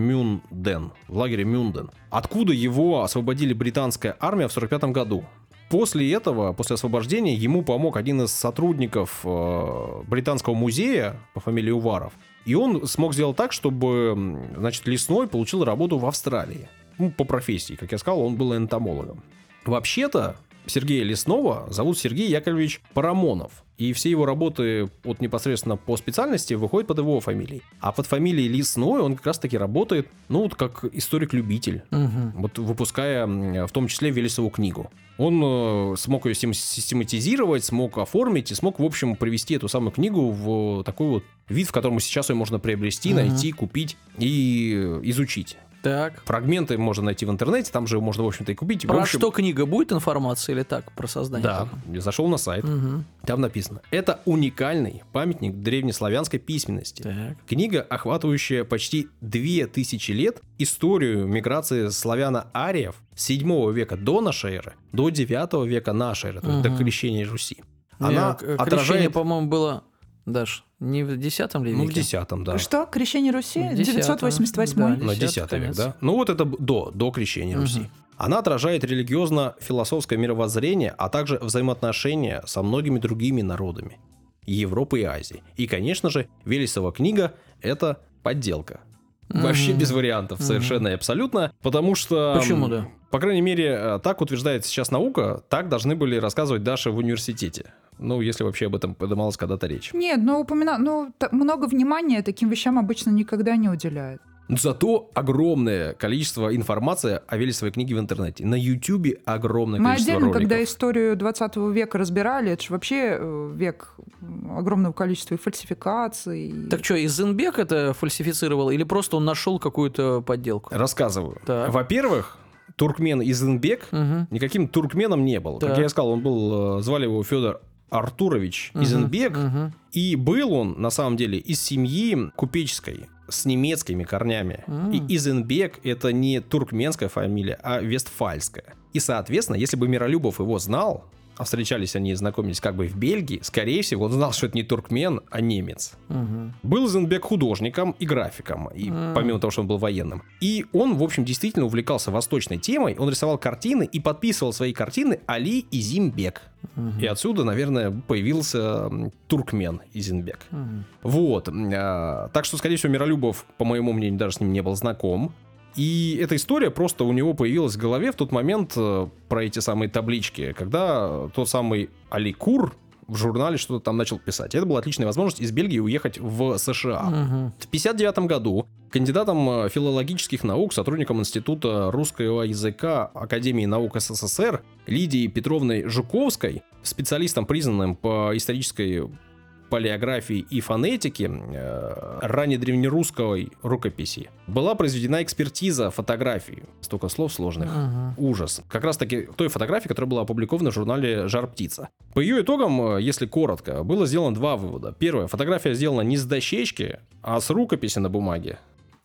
Speaker 1: Мюнден, в лагере Мюнден, откуда его освободили британская армия в 1945 году. После этого, после освобождения, ему помог один из сотрудников э, британского музея по фамилии Уваров. И он смог сделать так, чтобы, м, значит, Лесной получил работу в Австралии. Ну, по профессии, как я сказал, он был энтомологом. Вообще-то Сергея Лесного зовут Сергей Яковлевич Парамонов. И все его работы вот непосредственно по специальности выходят под его фамилией. А под фамилией Лесной он как раз-таки работает, ну, вот как историк-любитель. Вот выпуская м, в том числе Велесову книгу. Он э, смог ее сим- систематизировать, смог оформить и смог, в общем, привести эту самую книгу в такой вот вид, в котором сейчас ее можно приобрести,
Speaker 2: Мгм.
Speaker 1: найти, купить и э, изучить.
Speaker 2: Так.
Speaker 1: Фрагменты можно найти в интернете, там же можно, в общем-то, и купить. И, в
Speaker 2: Про
Speaker 1: общем,
Speaker 2: что книга? Будет информация или так? Про создание?
Speaker 1: да, я зашел на сайт,
Speaker 2: Мгм.
Speaker 1: там написано. Это уникальный памятник древнеславянской письменности.
Speaker 2: Так.
Speaker 1: Книга, охватывающая почти 2000 лет историю миграции славяно-ариев с 7 века до нашей эры до 9 века нашей эры, то есть до
Speaker 2: Мгм. Ну,
Speaker 1: крещения Руси.
Speaker 2: Она
Speaker 1: Она
Speaker 2: э, Крещение,
Speaker 1: отражает...
Speaker 2: по-моему, было, Даш, не в 10 ли веке?
Speaker 1: Ну, в 10
Speaker 4: А
Speaker 1: да.
Speaker 3: Что? Крещение Руси?
Speaker 2: В десятом,
Speaker 3: 988
Speaker 2: да.
Speaker 1: На 10
Speaker 2: 10-й,
Speaker 1: век,
Speaker 2: конец.
Speaker 1: да? Ну вот это б- до, до крещения Руси.
Speaker 2: Мгм.
Speaker 1: Она отражает религиозно-философское мировоззрение, а также взаимоотношения со многими другими народами Европы и Азии. И, конечно же, Велесова книга – это подделка. Вообще
Speaker 2: Мгм.
Speaker 1: без вариантов,
Speaker 2: Мгм.
Speaker 1: совершенно и абсолютно, потому что...
Speaker 2: Почему
Speaker 1: м,
Speaker 2: да?
Speaker 1: По крайней мере, э, так утверждает сейчас наука, так должны были рассказывать Даши в университете. Ну, если вообще об этом подымалась когда-то речь.
Speaker 3: Нет, ну упомина... ну та- много внимания таким вещам обычно никогда не уделяют.
Speaker 1: Но Зато огромное количество информации о Велесовой книге в интернете. На Ютубе огромное
Speaker 3: Мы
Speaker 1: количество
Speaker 3: отдельно,
Speaker 1: роликов.
Speaker 3: когда историю 20 века разбирали, это же вообще э, век м, огромного количества и фальсификаций. и-
Speaker 2: Так что, Изенбек это фальсифицировал или просто он нашел какую-то подделку?
Speaker 1: Рассказываю.
Speaker 2: Так.
Speaker 1: Во-первых, туркмен Изенбек
Speaker 2: Мгм.
Speaker 1: никаким туркменом не был. Как
Speaker 2: Так.
Speaker 1: я и сказал, он был, э, звали его Федор Артурович
Speaker 2: Мгм.
Speaker 1: Изенбек.
Speaker 2: Мгм.
Speaker 1: И был он, на самом деле, из семьи купеческой с немецкими корнями.
Speaker 2: М.
Speaker 1: И Изенбек это не туркменская фамилия, а вестфальская. И, соответственно, если бы Миролюбов его знал, а встречались они и знакомились как бы в Бельгии, скорее всего, он знал, что это не туркмен, а немец.
Speaker 2: Мгм.
Speaker 1: Был Зенбек художником и графиком, и
Speaker 2: М.
Speaker 1: помимо того, что он был военным. И он, в общем, действительно увлекался восточной темой. Он рисовал картины и подписывал свои картины Али Изимбек.
Speaker 2: Мгм.
Speaker 1: И отсюда, наверное, появился м, туркмен Изимбек.
Speaker 2: Мгм.
Speaker 1: Вот. а, так что, скорее всего, Миролюбов, по моему мнению, даже с ним не был знаком. И эта история просто у него появилась в голове в тот момент э, про эти самые таблички, когда тот самый Аликур в журнале что-то там начал писать. Это была отличная возможность из Бельгии уехать в США.
Speaker 2: Мгм.
Speaker 1: В 1959 году кандидатом э, филологических наук, сотрудником Института русского языка Академии наук СССР Лидией Петровной Жуковской, специалистом, признанным по исторической палеографии и фонетики э, раннедревнерусской рукописи была произведена экспертиза фотографий. Столько слов сложных.
Speaker 2: Ага.
Speaker 1: Ужас. Как раз таки той фотографии, которая была опубликована в журнале «Жар птица». По ее итогам, э, если коротко, было сделано два вывода. Первое, фотография сделана не с дощечки, а с рукописи на бумаге.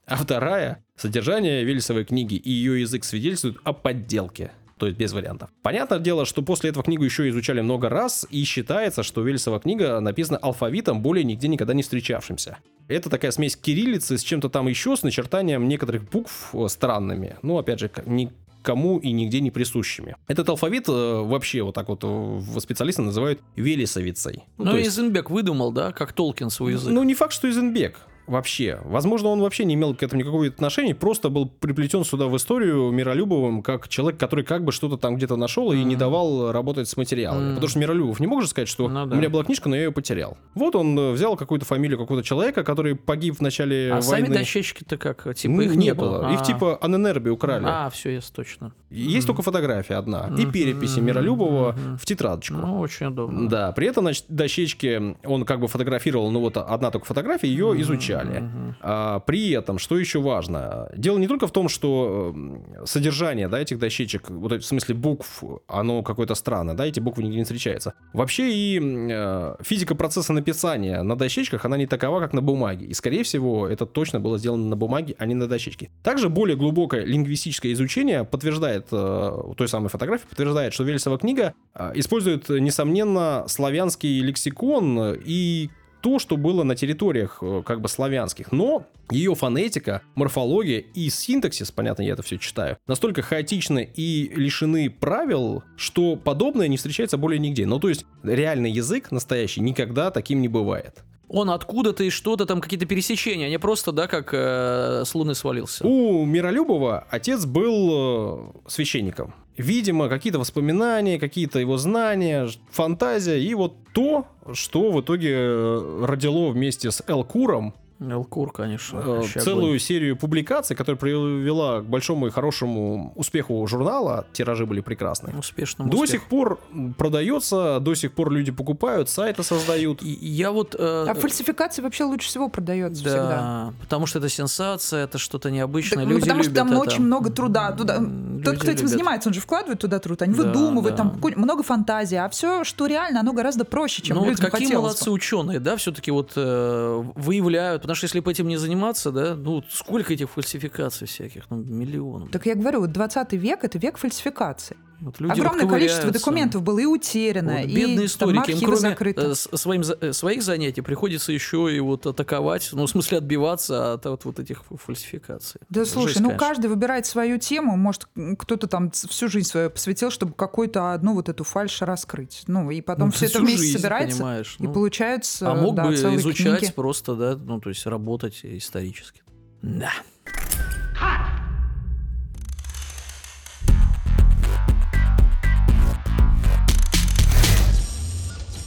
Speaker 1: А вторая, содержание Вельсовой книги и ее язык свидетельствуют о подделке. То есть без вариантов. Понятное дело, что после этого книгу еще изучали много раз, и считается, что Вельсова книга написана алфавитом, более нигде никогда не встречавшимся. Это такая смесь кириллицы с чем-то там еще, с начертанием некоторых букв э, странными. Ну, опять же, к- никому и нигде не присущими. Этот алфавит э, вообще вот так вот э, в- специалисты называют велесовицей.
Speaker 2: Ну,
Speaker 1: то
Speaker 2: и
Speaker 1: есть-
Speaker 2: Изенбек выдумал, да, как Толкин свой язык.
Speaker 1: ну, не факт, что Изенбек вообще. Возможно, он вообще не имел к этому никакого отношения, просто был приплетен сюда в историю Миролюбовым как человек, который как бы что-то там где-то нашел и не
Speaker 2: Мгм.
Speaker 1: давал работать с материалами.
Speaker 2: Мгм.
Speaker 1: Потому что Миролюбов не мог же сказать, что
Speaker 2: Ну да.
Speaker 1: у меня была книжка, но я ее потерял. Вот он э, взял какую-то фамилию какого-то человека, который погиб в начале
Speaker 2: а
Speaker 1: э, войны.
Speaker 2: сами дощечки-то как? Типа
Speaker 1: Ну,
Speaker 2: их не было.
Speaker 1: Их
Speaker 2: А.
Speaker 1: типа Аненерби украли.
Speaker 2: А, все, есть точно.
Speaker 1: Есть только фотография одна и
Speaker 2: Мгм,
Speaker 1: переписи Миролюбова
Speaker 2: мгм.
Speaker 1: в тетрадочку.
Speaker 2: Ну, очень удобно.
Speaker 1: Да, при этом, значит, дощечки он как бы фотографировал, ну вот одна только фотография, ее изучали.
Speaker 2: Мгм.
Speaker 1: А, при этом, что еще важно, дело не только в том, что э, содержание да, этих дощечек, вот, эти, в смысле букв, оно какое-то странное, да, эти буквы нигде не встречаются. Вообще и э, физика процесса написания на дощечках, она не такова, как на бумаге. И, скорее всего, это точно было сделано на бумаге, а не на дощечке. Также более глубокое лингвистическое изучение подтверждает, э, у той самой фотографии, подтверждает, что Вельсова книга э, использует, э, несомненно, славянский лексикон э, и то, что было на территориях э, как бы славянских. Но ее фонетика, морфология и синтаксис, понятно, я это все читаю, настолько хаотичны и лишены правил, что подобное не встречается более нигде. Ну, то есть, реальный язык настоящий никогда таким не бывает.
Speaker 2: Он откуда-то и что-то, там какие-то пересечения, а не просто, да, как э, с луны свалился.
Speaker 1: У Миролюбова отец был э, священником. Видимо, какие-то воспоминания, какие-то его знания, ж- фантазия и вот то, что в итоге э, родило вместе с Элкуром
Speaker 2: Элкур, конечно.
Speaker 1: э,
Speaker 2: вообще
Speaker 1: целую
Speaker 2: огонь.
Speaker 1: серию публикаций, которая привела к большому и хорошему успеху журнала. Тиражи были прекрасны.
Speaker 2: Успешному
Speaker 1: До
Speaker 2: успеху.
Speaker 1: сих пор продается, до сих пор люди покупают, сайты создают.
Speaker 2: И- и Я вот... э,
Speaker 4: А фальсификация вообще лучше всего продается
Speaker 2: да,
Speaker 4: всегда.
Speaker 2: потому что это сенсация, это что-то необычное.
Speaker 4: Так, ну,
Speaker 2: Люди
Speaker 4: потому что
Speaker 2: любят
Speaker 4: там
Speaker 2: это.
Speaker 4: очень много труда. Туда-
Speaker 2: М,
Speaker 4: Тот,
Speaker 2: люди
Speaker 4: кто этим
Speaker 2: любят.
Speaker 4: занимается, он же вкладывает туда труд, они
Speaker 2: Да,
Speaker 4: выдумывают,
Speaker 2: да.
Speaker 4: там ку- много фантазии, а все, что реально, оно гораздо проще, чем
Speaker 2: ну, вот
Speaker 4: людям
Speaker 2: какие
Speaker 4: хотелось бы.
Speaker 2: молодцы ученые, да, все-таки вот э, выявляют, потому что если бы этим не заниматься, да, ну сколько этих фальсификаций всяких, ну миллион.
Speaker 4: Так я говорю, вот 20 век — это век фальсификации.
Speaker 2: Вот люди
Speaker 4: Огромное количество
Speaker 2: расковыряются.
Speaker 4: документов было и
Speaker 2: Вот
Speaker 4: утеряно, и
Speaker 2: бедные
Speaker 4: там
Speaker 2: историки, им
Speaker 4: архивы
Speaker 2: кроме
Speaker 4: закрыты.
Speaker 2: э, с- своим, за- э, своих занятий приходится еще и вот атаковать, ну, в смысле отбиваться от вот, вот этих ф- фальсификаций.
Speaker 4: Да слушай,
Speaker 2: Жесть,
Speaker 4: ну
Speaker 2: конечно.
Speaker 4: каждый выбирает свою тему, может м, кто-то там ц- всю жизнь свою посвятил, чтобы какую-то одну вот эту фальшь раскрыть. Ну и потом
Speaker 2: Ну,
Speaker 4: все
Speaker 2: всю
Speaker 4: это вместе
Speaker 2: жизнь,
Speaker 4: собирается
Speaker 2: понимаешь,
Speaker 4: и
Speaker 2: ну.
Speaker 4: получаются
Speaker 2: А мог
Speaker 4: да,
Speaker 2: бы
Speaker 4: целые
Speaker 2: изучать
Speaker 4: книги.
Speaker 2: просто, да, ну, то есть работать исторически. Да.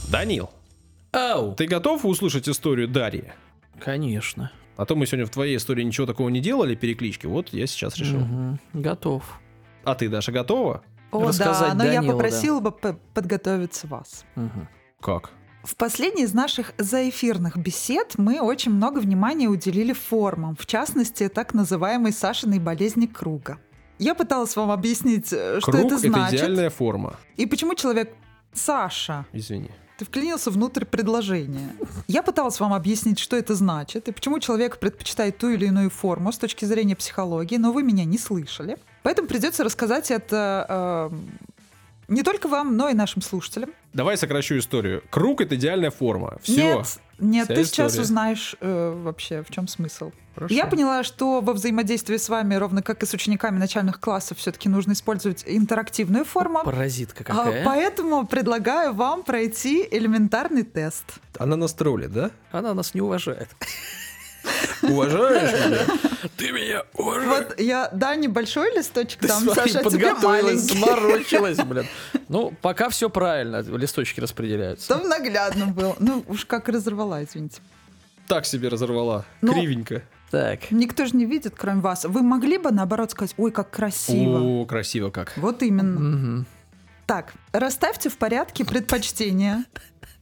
Speaker 1: Данил,
Speaker 2: Ау!
Speaker 1: ты готов услышать историю Дарьи?
Speaker 2: Конечно.
Speaker 1: А то мы сегодня в твоей истории ничего такого не делали, переклички. Вот я сейчас решил.
Speaker 2: Мгм. Готов.
Speaker 1: А ты, Даша, готова?
Speaker 4: О, да,
Speaker 2: рассказать
Speaker 4: но я
Speaker 2: Данилу, да.
Speaker 4: попросила бы п- подготовиться вас.
Speaker 2: Мгм.
Speaker 1: Как?
Speaker 4: В последней из наших заэфирных бесед мы очень много внимания уделили формам, в частности, так называемой Сашиной болезни круга. Я пыталась вам объяснить, э, что
Speaker 1: Круг
Speaker 4: это значит
Speaker 1: идеальная форма.
Speaker 4: и почему человек Саша
Speaker 1: Извини.
Speaker 4: Ты вклинился внутрь предложения. Я пыталась вам объяснить, что это значит и почему человек предпочитает ту или иную форму с точки зрения психологии, но вы меня не слышали. Поэтому придется рассказать это э, не только вам, но и нашим слушателям.
Speaker 1: Давай сокращу историю. Круг это идеальная форма. Все.
Speaker 4: Нет, нет,
Speaker 1: Вся
Speaker 4: ты сейчас
Speaker 1: история.
Speaker 4: узнаешь э, вообще, в чем смысл. Я поняла, что во взаимодействии с вами, ровно как и с учениками начальных классов, все-таки нужно использовать интерактивную форму.
Speaker 2: Паразитка
Speaker 4: А,
Speaker 2: какая.
Speaker 4: поэтому предлагаю вам пройти элементарный тест.
Speaker 1: Она нас троллит, да?
Speaker 2: Она нас не уважает.
Speaker 1: Уважаешь меня?
Speaker 2: Ты меня уважаешь.
Speaker 4: Вот я, да, небольшой листочек
Speaker 2: Ты
Speaker 4: там,
Speaker 2: смотри,
Speaker 4: Саша, а тебе
Speaker 2: подготовилась,
Speaker 4: маленький.
Speaker 2: заморочилась, блин. Ну, пока все правильно, листочки распределяются.
Speaker 4: Там наглядно было. Ну, уж как разорвала, извините.
Speaker 1: Так себе разорвала.
Speaker 4: Ну,
Speaker 1: Кривенько.
Speaker 2: Так.
Speaker 4: Никто же не видит, кроме вас. Вы могли бы, наоборот, сказать, ой, как красиво.
Speaker 1: О, красиво как.
Speaker 4: Вот именно.
Speaker 2: Мгм.
Speaker 4: Так, расставьте в порядке предпочтения.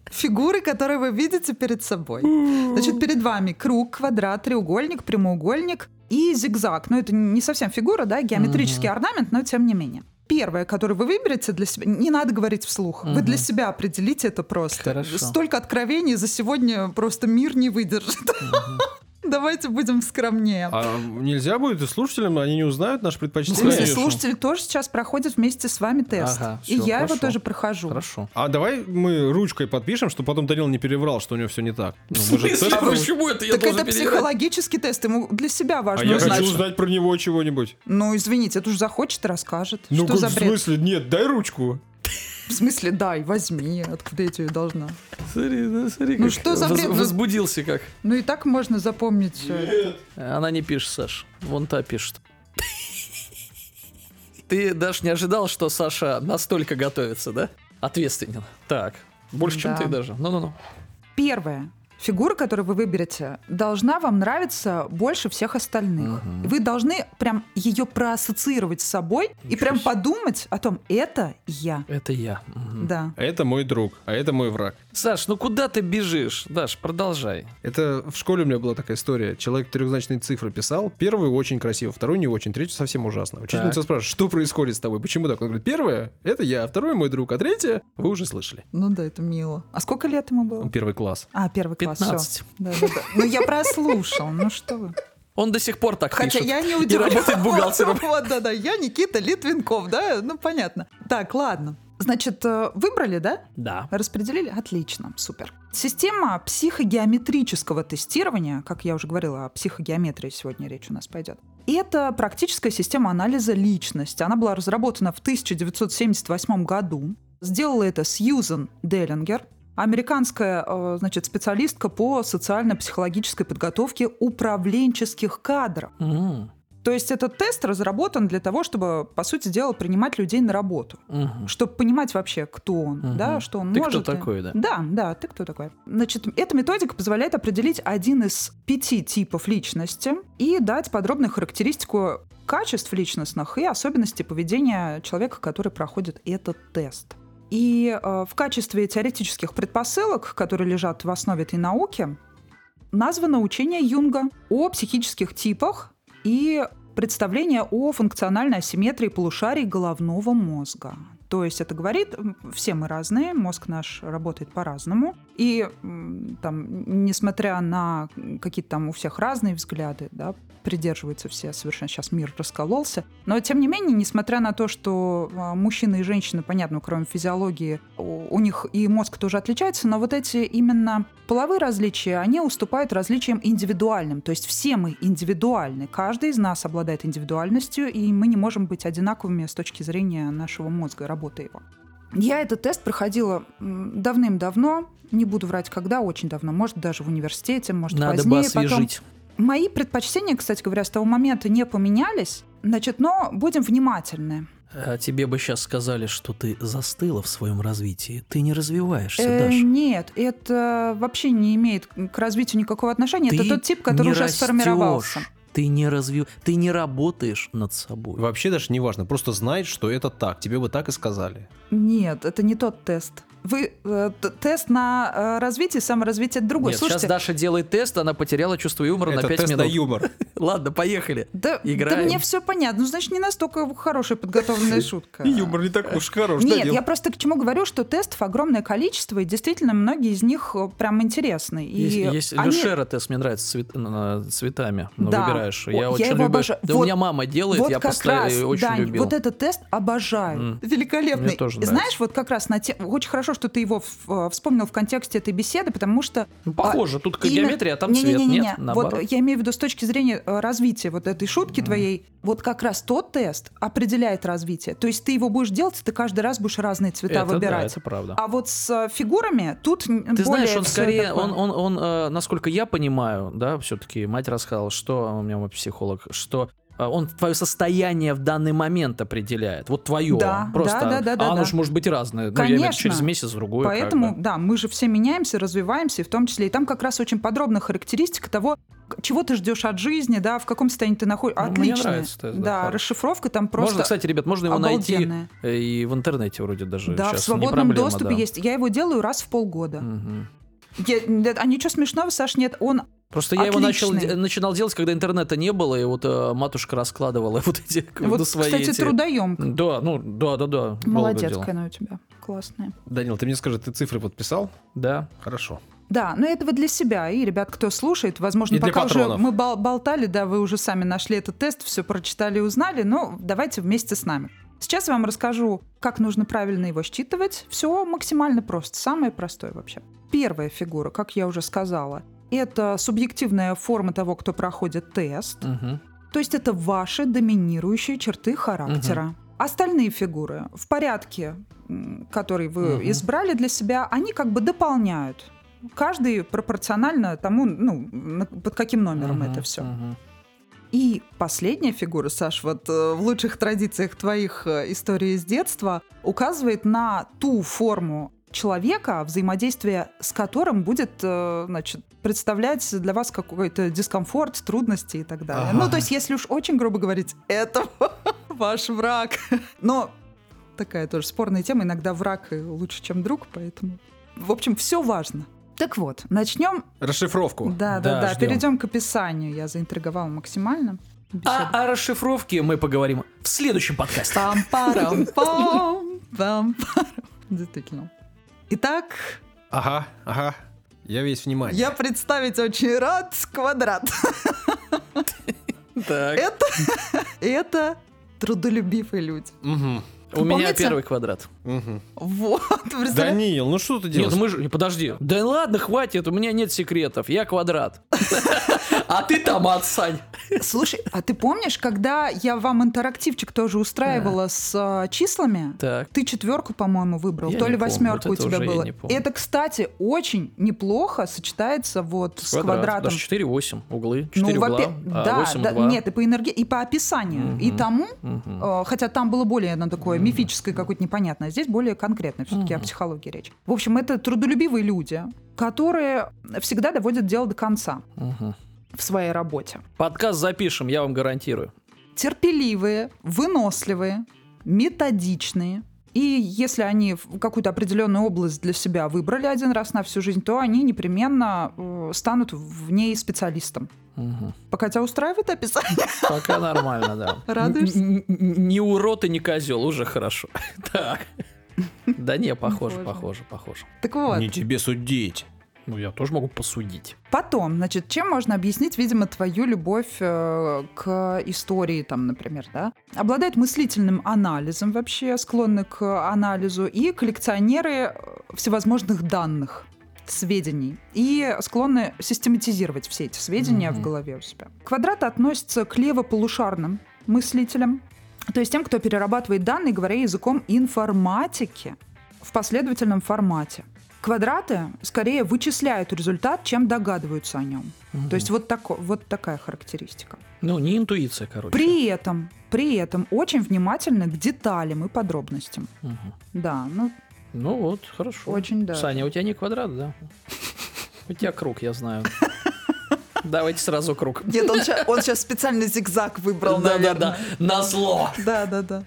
Speaker 4: фигуры, которые вы видите перед собой. Значит, перед вами круг, квадрат, треугольник, прямоугольник и зигзаг. Ну, это не совсем фигура, да, геометрический орнамент, но тем не менее. Первое, которое вы выберете для себя, не надо говорить вслух. Вы для себя определите это просто.
Speaker 2: Хорошо.
Speaker 4: Столько откровений за сегодня просто мир не выдержит. Давайте будем скромнее.
Speaker 1: А нельзя будет и слушателям, они не узнают наше
Speaker 4: В
Speaker 1: предпочтение.
Speaker 4: смысле,
Speaker 2: конечно.
Speaker 4: слушатели тоже сейчас проходят вместе с вами тест.
Speaker 2: Ага,
Speaker 4: и
Speaker 2: всё,
Speaker 4: я его
Speaker 2: хорошо.
Speaker 4: тоже прохожу.
Speaker 2: Хорошо.
Speaker 1: А давай мы ручкой подпишем, чтобы потом Данил не переврал, что у него все не так. Ну, мы же тест
Speaker 2: А
Speaker 1: проводим.
Speaker 2: почему это я
Speaker 4: Так
Speaker 2: должен
Speaker 4: это
Speaker 2: переиграть?
Speaker 4: психологический тест, ему для себя
Speaker 1: А
Speaker 4: важно
Speaker 1: я
Speaker 4: узнать.
Speaker 1: хочу узнать про него чего-нибудь.
Speaker 4: Ну, извините, это уж захочет и расскажет.
Speaker 1: Ну,
Speaker 4: что
Speaker 1: как,
Speaker 4: за
Speaker 1: в
Speaker 4: бред?
Speaker 1: смысле? Нет, дай ручку.
Speaker 4: В смысле, дай, возьми, откуда я тебе должна.
Speaker 2: Смотри, да, смотри,
Speaker 4: Ну
Speaker 2: как
Speaker 4: что за
Speaker 2: воз-
Speaker 4: бред? Ну-
Speaker 2: Возбудился как.
Speaker 4: Ну и так можно запомнить. э,
Speaker 2: Она не пишет, Саш. Вон та пишет. Ты даже не ожидал, что Саша настолько готовится, да? Ответственно. Так. Больше, чем
Speaker 4: Да.
Speaker 2: ты даже. Ну-ну-ну.
Speaker 4: Первое. Фигура, которую вы выберете, должна вам нравиться больше всех остальных. Вы должны прям ее проассоциировать с собой и прям подумать о том, это я.
Speaker 2: Это я. Мгм.
Speaker 4: Да.
Speaker 1: Это мой друг, а это мой враг.
Speaker 2: Саш, ну куда ты бежишь? Даш, продолжай.
Speaker 1: Это в школе у меня была такая история. Человек трехзначные цифры писал. Первую очень красиво, вторую не очень, третью совсем ужасно. Учительница
Speaker 2: Так.
Speaker 1: спрашивает, что происходит с тобой, почему так? Он говорит, первое — это я, второе — мой друг, а третье — вы уже слышали.
Speaker 4: Ну да, это мило. А сколько лет ему было?
Speaker 1: Он Первый класс.
Speaker 4: А, первый класс. всё.
Speaker 2: 15.
Speaker 4: Да, да, да. Ну, я прослушал. Ну что вы.
Speaker 2: Он до сих пор так
Speaker 4: Хотя
Speaker 2: пишет.
Speaker 4: я не
Speaker 2: И
Speaker 4: удивлена.
Speaker 2: работает бухгалтером.
Speaker 4: Вот, да, да. Я Никита Литвинков, да? Ну, понятно. Так, ладно. Значит, э, выбрали, да?
Speaker 2: Да.
Speaker 4: Распределили? Отлично, супер. Система психогеометрического тестирования, как я уже говорила, о психогеометрии сегодня речь у нас пойдет. И это практическая система анализа личности. Она была разработана в 1978 году. Сделала это Сьюзен Деллингер, американская э, значит, специалистка по социально-психологической подготовке управленческих кадров.
Speaker 2: М,
Speaker 4: То есть этот тест разработан для того, чтобы, по сути дела, принимать людей на работу
Speaker 2: мгм.
Speaker 4: чтобы понимать вообще, кто он,
Speaker 2: Мгм.
Speaker 4: да, что он
Speaker 2: Ты кто
Speaker 4: может. и-
Speaker 2: такой, да?
Speaker 4: Да, да, ты кто такой. Значит, эта методика позволяет определить один из пяти типов личности и дать подробную характеристику качеств личностных и особенностей поведения человека, который проходит этот тест. И э, в качестве теоретических предпосылок, которые лежат в основе этой науки, названо учение Юнга о психических типах и представление о функциональной асимметрии полушарий головного мозга. То есть это говорит, м, все мы разные, мозг наш работает по-разному, и м, там, несмотря на какие-то там у всех разные взгляды, да, придерживаются все совершенно, сейчас мир раскололся, но тем не менее, несмотря на то, что а, мужчины и женщины, понятно, кроме физиологии, у у них и мозг тоже отличается, но вот эти именно половые различия, они уступают различиям индивидуальным. То есть все мы индивидуальны, каждый из нас обладает индивидуальностью, и мы не можем быть одинаковыми с точки зрения нашего мозга, и работы его. Я этот тест проходила м, давным-давно, не буду врать, когда, очень давно, может, даже в университете, может,
Speaker 2: Надо бы
Speaker 4: позднее. потом.
Speaker 2: освежить.
Speaker 4: Мои предпочтения, кстати говоря, с того момента не поменялись. Значит, но будем внимательны.
Speaker 2: А тебе бы сейчас сказали, что ты застыла в своем развитии. Ты не развиваешься,
Speaker 4: Э,
Speaker 2: Даш.
Speaker 4: нет, это вообще не имеет к развитию никакого отношения.
Speaker 2: Ты
Speaker 4: это тот тип, который
Speaker 2: не
Speaker 4: уже
Speaker 2: растёшь.
Speaker 4: сформировался.
Speaker 2: Ты не развив... ты не работаешь над собой.
Speaker 1: Вообще даже не важно, просто знай, что это так. Тебе бы так и сказали.
Speaker 4: Нет, это не тот тест. Вы э, т- тест на э, развитие, саморазвитие это другой.
Speaker 2: Нет,
Speaker 4: Слушайте,
Speaker 2: сейчас Даша делает тест, она потеряла чувство юмора
Speaker 1: это
Speaker 2: на 5
Speaker 1: тест на
Speaker 2: минут.
Speaker 1: юмор.
Speaker 2: Ладно, поехали.
Speaker 4: да, да
Speaker 2: играем.
Speaker 4: мне все понятно. Ну, значит, не настолько хорошая подготовленная шутка.
Speaker 1: не так уж хорош,
Speaker 4: Нет, я просто к чему говорю, что тестов огромное количество, и действительно многие из них э, прям интересны. И
Speaker 2: Есть, есть
Speaker 4: они-
Speaker 2: Люшера тест, мне нравится цвет- э, цветами. Ну,
Speaker 4: Да.
Speaker 2: выбираешь.
Speaker 4: О,
Speaker 2: Я
Speaker 4: я
Speaker 2: очень
Speaker 4: его
Speaker 2: люблю.
Speaker 4: обожаю.
Speaker 2: Да у
Speaker 4: Вот-
Speaker 2: меня мама делает,
Speaker 4: вот
Speaker 2: я
Speaker 4: как
Speaker 2: постоянно
Speaker 4: раз,
Speaker 2: ее очень
Speaker 4: Дань,
Speaker 2: любил.
Speaker 4: вот этот тест обожаю.
Speaker 2: М.
Speaker 4: Великолепный.
Speaker 2: Мне тоже
Speaker 4: И Знаешь,
Speaker 2: нравится.
Speaker 4: вот как раз на те... очень хорошо, что ты его в- э, вспомнил в контексте этой беседы, потому что
Speaker 2: Ну, Похоже, тут
Speaker 4: именно-
Speaker 2: геометрия, а там цвет.
Speaker 4: Не-не-не-не-не.
Speaker 2: Нет, наоборот.
Speaker 4: Вот э, я имею в виду с точки зрения э, развития вот этой шутки твоей. Вот как раз тот тест определяет развитие. То есть ты его будешь делать, и ты каждый раз будешь разные цвета
Speaker 2: это, да,
Speaker 4: выбирать.
Speaker 2: это правда.
Speaker 4: А вот с э, фигурами тут н-
Speaker 2: Ты
Speaker 4: более
Speaker 2: знаешь, он
Speaker 4: всё
Speaker 2: скорее,
Speaker 4: такое.
Speaker 2: он, он, он, э, насколько я понимаю, да, все-таки мать рассказала, что у меня мой психолог, что э, он твое состояние в данный момент определяет, вот твое,
Speaker 4: Да,
Speaker 2: просто,
Speaker 4: да, да, да,
Speaker 2: а
Speaker 4: да,
Speaker 2: оно
Speaker 4: да.
Speaker 2: же может быть разное, Ну, я имею в виду,
Speaker 4: Конечно.
Speaker 2: через месяц другое. как
Speaker 4: Поэтому,
Speaker 2: бы.
Speaker 4: да, мы же все меняемся, развиваемся, и в том числе. И там как раз очень подробная характеристика того, чего ты ждешь от жизни, да, в каком состоянии ты находишься.
Speaker 5: Ну, мне
Speaker 4: Отлично.
Speaker 5: нравится тест, да,
Speaker 4: да,
Speaker 5: хорошо.
Speaker 4: расшифровка там просто.
Speaker 2: Можно, кстати, ребят, можно его найти
Speaker 4: обалденная.
Speaker 2: э, и в интернете вроде даже.
Speaker 4: да, в
Speaker 2: сейчас, не
Speaker 4: свободном
Speaker 2: проблема, да.
Speaker 4: доступе есть. Я его делаю раз в полгода.
Speaker 2: Мгм.
Speaker 4: Я- да, а ничего смешного, Саш, нет. Он
Speaker 2: Просто я его начал,
Speaker 4: Отличный.
Speaker 2: де- начинал делать, когда интернета не было, и вот э, матушка раскладывала вот эти как бы,
Speaker 4: вот,
Speaker 2: на свои
Speaker 4: кстати,
Speaker 2: эти-
Speaker 4: трудоемк.
Speaker 2: Да, ну, да, да, да. долго
Speaker 4: Молодец,
Speaker 2: делал.
Speaker 4: она у тебя классная.
Speaker 1: Данил, ты мне скажи, ты цифры подписал?
Speaker 2: Да.
Speaker 1: Хорошо.
Speaker 4: Да, но это вот для себя. И, ребят, кто слушает, возможно,
Speaker 1: И для
Speaker 4: пока уже
Speaker 1: патронов.
Speaker 4: мы бол- болтали, да, вы уже сами нашли этот тест, все прочитали и узнали, но давайте вместе с нами. Сейчас я вам расскажу, как нужно правильно его считывать. Все максимально просто, самое простое вообще. Первая фигура, как я уже сказала, это субъективная форма того, кто проходит тест.
Speaker 2: Мгм.
Speaker 4: То есть это ваши доминирующие черты характера. Остальные фигуры в порядке, м, который вы
Speaker 2: Мгм.
Speaker 4: избрали для себя, они как бы дополняют. Каждый пропорционально тому, ну, на- под каким номером
Speaker 2: Мгм.
Speaker 4: это все.
Speaker 2: Мгм.
Speaker 4: И последняя фигура, Саш, вот э, в лучших традициях твоих э, историй из детства, указывает на ту форму человека, взаимодействие с которым будет, э, значит, представлять для вас какой-то дискомфорт, трудности и так далее.
Speaker 1: Ага.
Speaker 4: Ну, то есть, если уж очень грубо говорить, это ваш враг. Но такая тоже спорная тема, иногда враг и лучше, чем друг, поэтому... В общем, все важно. Так вот, начнем.
Speaker 1: Расшифровку.
Speaker 4: Да,
Speaker 2: Да,
Speaker 4: да, да.
Speaker 2: ждем.
Speaker 4: Перейдем к описанию. Я заинтриговала максимально.
Speaker 2: А о расшифровке мы поговорим в следующем подкасте.
Speaker 4: пам парам пам пам Действительно. Итак,
Speaker 1: Ага, ага. Я весь внимание.
Speaker 4: я представить очень рад квадрат.
Speaker 2: Так.
Speaker 4: Это, это трудолюбивые люди.
Speaker 1: Мгм,
Speaker 2: У меня
Speaker 4: Помните?
Speaker 2: первый квадрат.
Speaker 1: мгм.
Speaker 4: Вот, представляете?
Speaker 1: Данил, ну что ты
Speaker 2: Нет,
Speaker 1: делаешь?
Speaker 2: мы же... Подожди. Да ладно, хватит, у меня нет секретов. Я квадрат. А ты томат, Сань.
Speaker 4: Слушай, а ты помнишь, когда я вам интерактивчик тоже устраивала с а, числами?
Speaker 2: Так.
Speaker 4: Ты четверку, по-моему, выбрал,
Speaker 2: Я
Speaker 4: то
Speaker 2: не
Speaker 4: ли
Speaker 2: помню,
Speaker 4: восьмерку
Speaker 2: вот это
Speaker 4: у тебя
Speaker 2: уже я
Speaker 4: было.
Speaker 2: не помню.
Speaker 4: Это, кстати, очень неплохо сочетается вот с, квадратом.
Speaker 2: Даже 4, 8 углы. 4
Speaker 4: во
Speaker 2: угла,
Speaker 4: пе-
Speaker 2: а
Speaker 4: Ну, да,
Speaker 2: 8,
Speaker 4: да,
Speaker 2: 2.
Speaker 4: нет, и по энергии, и по описанию, и
Speaker 2: Мгм.
Speaker 4: тому,
Speaker 2: Мгм.
Speaker 4: э, хотя там было более на такое мифическое какое-то непонятное, здесь более конкретно все-таки о психологии речь. В общем, это трудолюбивые люди, которые всегда доводят дело до конца
Speaker 2: Мгм.
Speaker 4: в своей работе.
Speaker 2: Подкаст запишем, я вам гарантирую.
Speaker 4: терпеливые, выносливые, методичные. И если они в какую-то определенную область для себя выбрали один раз на всю жизнь, то они непременно э, станут в ней специалистом.
Speaker 2: Мгм.
Speaker 4: Пока тебя устраивает описание?
Speaker 2: Пока нормально, да.
Speaker 4: Радуешься?
Speaker 2: Н- н- н- Не урод и не козел, уже хорошо. Так. Да не, похоже, похоже,
Speaker 4: Похоже.
Speaker 2: похоже.
Speaker 4: Так вот.
Speaker 1: Не тебе судить.
Speaker 2: Ну, я тоже могу посудить.
Speaker 4: Потом, значит, чем можно объяснить, видимо, твою любовь э, к истории, там, например, да? Обладают мыслительным анализом вообще, склонны к анализу, и коллекционеры э, всевозможных данных, сведений, и склонны систематизировать все эти сведения
Speaker 2: Мгм.
Speaker 4: в голове у себя. Квадрат относится к левополушарным мыслителям, то есть тем, кто перерабатывает данные, говоря языком информатики в последовательном формате. Квадраты скорее вычисляют результат, чем догадываются о нем. То есть вот, тако- вот такая характеристика.
Speaker 2: Ну, не интуиция, короче.
Speaker 4: При этом, при этом очень внимательны к деталям и подробностям.
Speaker 2: Мгм.
Speaker 4: Да, ну
Speaker 2: Ну вот, хорошо.
Speaker 4: очень да.
Speaker 2: Саня, у тебя не квадрат, да? У тебя круг, я знаю. Давайте сразу круг.
Speaker 4: Нет, он сейчас, специально зигзаг выбрал,
Speaker 2: Да-да-да, на зло.
Speaker 4: Да, да, да.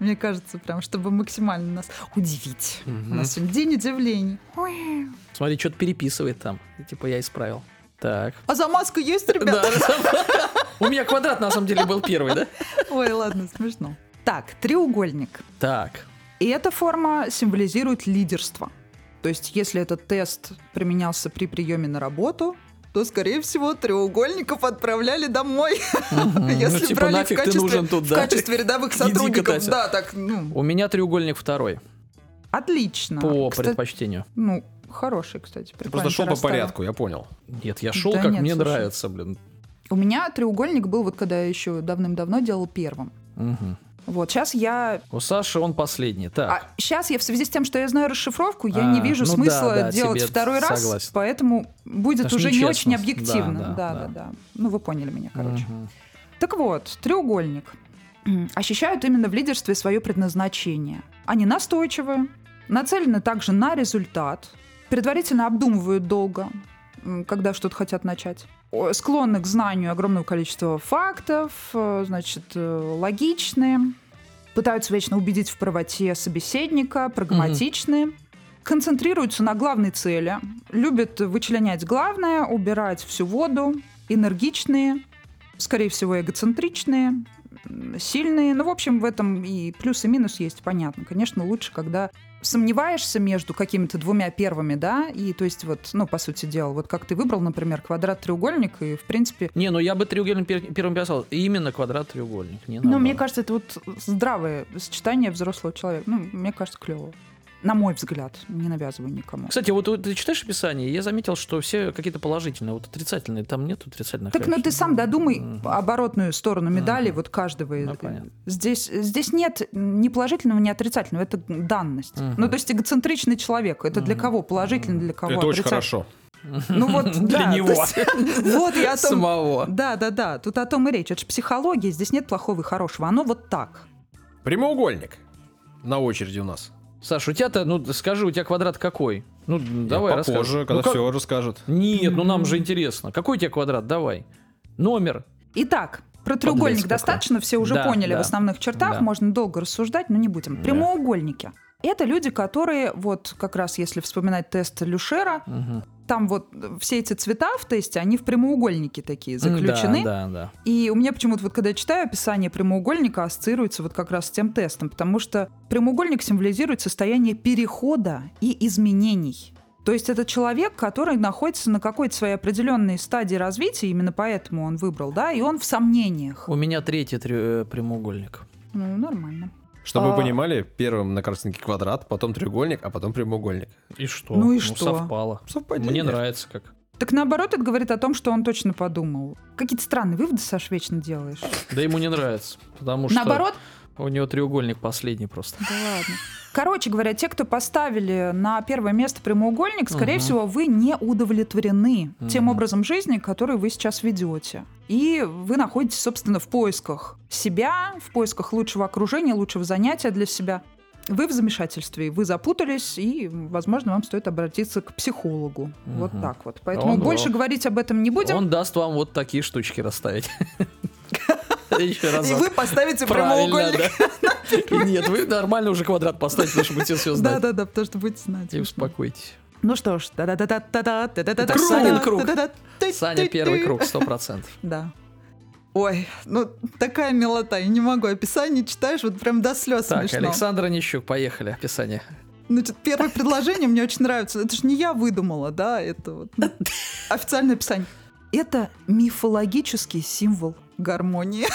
Speaker 4: Мне кажется, прям, чтобы максимально нас удивить. У нас сегодня день удивлений. Ой.
Speaker 2: Смотри, что-то переписывает там. Типа я исправил. Так.
Speaker 4: А за маску есть, ребята?
Speaker 2: Да. У меня квадрат на самом деле был первый, да?
Speaker 4: Ой, ладно, смешно. Так, треугольник.
Speaker 2: Так.
Speaker 4: И эта форма символизирует лидерство. То есть, если этот тест применялся при приеме на работу, то, скорее всего, треугольников отправляли домой.
Speaker 2: Ну,
Speaker 4: Если
Speaker 2: типа,
Speaker 4: брали в
Speaker 2: нафиг ты
Speaker 4: качестве,
Speaker 2: нужен тут,
Speaker 4: в
Speaker 2: да?
Speaker 4: качестве рядовых
Speaker 2: Иди
Speaker 4: сотрудников.
Speaker 2: катайся.
Speaker 4: Да, так, ну,
Speaker 2: У меня треугольник второй.
Speaker 4: отлично.
Speaker 2: По
Speaker 4: А, Кстати,
Speaker 2: предпочтению.
Speaker 4: Ну, хороший, кстати.
Speaker 1: Ты просто
Speaker 4: прикольно
Speaker 1: шел по
Speaker 4: расставил.
Speaker 1: порядку, я понял.
Speaker 2: Нет, я шел,
Speaker 4: Да
Speaker 2: как
Speaker 4: нет,
Speaker 2: мне
Speaker 4: слушай.
Speaker 2: нравится, блин.
Speaker 4: У меня треугольник был, вот когда я еще давным-давно делал первым.
Speaker 2: Мгм.
Speaker 4: Вот, сейчас я...
Speaker 2: У Саши он последний. Так.
Speaker 4: сейчас А я в связи с тем, что я знаю расшифровку, я
Speaker 2: А,
Speaker 4: не вижу
Speaker 2: ну да,
Speaker 4: смысла
Speaker 2: да,
Speaker 4: делать
Speaker 2: тебе
Speaker 4: второй раз,
Speaker 2: согласен.
Speaker 4: поэтому будет
Speaker 2: Это ж
Speaker 4: уже не
Speaker 2: нечестно.
Speaker 4: очень объективно.
Speaker 2: Да, да,
Speaker 4: Да да,
Speaker 2: да.
Speaker 4: да, Ну, вы поняли меня, короче.
Speaker 2: Мгм.
Speaker 4: Так вот, треугольник. М, Ощущают именно в лидерстве свое предназначение. Они настойчивы, нацелены также на результат, предварительно обдумывают долго, м, когда что-то хотят начать. О, Склонны к знанию огромного количества фактов, э, значит, э, логичные, пытаются вечно убедить в правоте собеседника, прагматичные, концентрируются на главной цели, любят вычленять главное, убирать всю воду, энергичные, скорее всего, эгоцентричные, м, сильные. Ну, в общем, в этом и плюс, и минус есть, понятно. Конечно, лучше, когда сомневаешься между какими-то двумя первыми, да, и то есть вот, ну, по сути дела, вот как ты выбрал, например, квадрат-треугольник, и, в принципе,
Speaker 2: Не, ну я бы треугольник пер- первым писал. Именно квадрат-треугольник. Не
Speaker 4: ну,
Speaker 2: наоборот.
Speaker 4: мне кажется, это вот здравое сочетание взрослого человека. Ну, мне кажется, клево. На мой взгляд, не навязываю никому.
Speaker 2: Кстати, вот вот ты читаешь описание, я заметил, что все какие-то положительные, вот отрицательные, там нет отрицательных.
Speaker 4: Так, ну
Speaker 2: реакций.
Speaker 4: ты сам додумай А,
Speaker 2: Мгм.
Speaker 4: оборотную сторону медали
Speaker 2: Мгм.
Speaker 4: вот каждого. из-
Speaker 2: Ну, понятно.
Speaker 4: здесь, здесь нет ни положительного, ни отрицательного. Это данность.
Speaker 2: Мгм.
Speaker 4: Ну, то есть эгоцентричный человек. Это для
Speaker 2: Мгм.
Speaker 4: кого положительно, для кого
Speaker 1: Это очень
Speaker 4: отрицательно.
Speaker 1: хорошо.
Speaker 4: Ну вот,
Speaker 2: Для
Speaker 4: да, то
Speaker 2: него.
Speaker 4: есть, Вот я о том
Speaker 2: Самого.
Speaker 4: Да, да, да. Тут о том и речь. Это же психология. Здесь нет плохого и хорошего. Оно вот так.
Speaker 1: Прямоугольник. На очереди у нас.
Speaker 2: Саш, у тебя-то, ну скажи, у тебя квадрат какой? Ну, давай
Speaker 1: Я
Speaker 2: расскажи.
Speaker 1: попозже,
Speaker 2: Ну,
Speaker 1: когда
Speaker 2: как-
Speaker 1: все расскажет.
Speaker 2: Нет, ну нам же интересно. Какой у тебя квадрат? Давай. Номер.
Speaker 4: Итак, про треугольник
Speaker 2: какой.
Speaker 4: достаточно, все уже
Speaker 2: Да,
Speaker 4: поняли
Speaker 2: да.
Speaker 4: в основных чертах,
Speaker 2: Да.
Speaker 4: можно долго рассуждать, но не будем. Прямоугольники. Это люди, которые, вот как раз если вспоминать тест Люшера,
Speaker 2: Мгм.
Speaker 4: там вот э, все эти цвета в тесте, они в прямоугольнике такие заключены.
Speaker 2: Да, да, да.
Speaker 4: И у меня почему-то вот когда я читаю описание прямоугольника, ассоциируется вот как раз с тем тестом, потому что прямоугольник символизирует состояние перехода и изменений. То есть это человек, который находится на какой-то своей определенной стадии развития, именно поэтому он выбрал, да, и он в сомнениях.
Speaker 2: У меня третий трё- э, прямоугольник.
Speaker 4: Ну, нормально.
Speaker 1: Чтобы
Speaker 4: А.
Speaker 1: вы понимали, первым на картинке квадрат, потом треугольник, а потом прямоугольник.
Speaker 2: И что?
Speaker 4: Ну и что?
Speaker 2: совпало.
Speaker 1: Совпадение.
Speaker 2: Мне нравится как.
Speaker 4: Так наоборот, это говорит о том, что он точно подумал. Какие-то странные выводы, Саш, вечно делаешь.
Speaker 2: Да ему не нравится, потому что
Speaker 4: Наоборот,
Speaker 2: у него треугольник последний просто.
Speaker 4: Да ладно. Короче говоря, те, кто поставили на первое место прямоугольник, скорее
Speaker 2: Мгм.
Speaker 4: всего, вы не удовлетворены тем
Speaker 2: Мгм.
Speaker 4: образом жизни, который вы сейчас ведете. И вы находитесь, собственно, в поисках себя, в поисках лучшего окружения, лучшего занятия для себя. Вы в замешательстве, вы запутались, и, возможно, вам стоит обратиться к психологу. Вот
Speaker 2: Мгм.
Speaker 4: так вот. Поэтому
Speaker 2: Он
Speaker 4: больше
Speaker 2: прав.
Speaker 4: говорить об этом не будем.
Speaker 2: Он даст вам вот такие штучки расставить. Еще раз.
Speaker 4: поставите
Speaker 2: Нет, вы нормально уже квадрат поставите, потому что будете все знать.
Speaker 4: Да-да-да, потому что будете знать.
Speaker 2: И успокойтесь.
Speaker 4: Ну что ж, да-да-да-да-да, да-да-да-да,
Speaker 2: Круг! Санин
Speaker 4: да-да-да,
Speaker 2: круг.
Speaker 4: да-да-да,
Speaker 2: Саня,
Speaker 4: ты-ты-ты.
Speaker 2: первый круг, сто процентов.
Speaker 4: Да. Ой, ну такая милота, я не могу. Описание читаешь, вот прям до слез
Speaker 2: Так,
Speaker 4: смешно.
Speaker 2: Александра Нищук, поехали. Описание.
Speaker 4: Значит, первое предложение мне очень нравится. Это же не я выдумала, да, это вот ну, официальное описание. Это мифологический символ гармонии.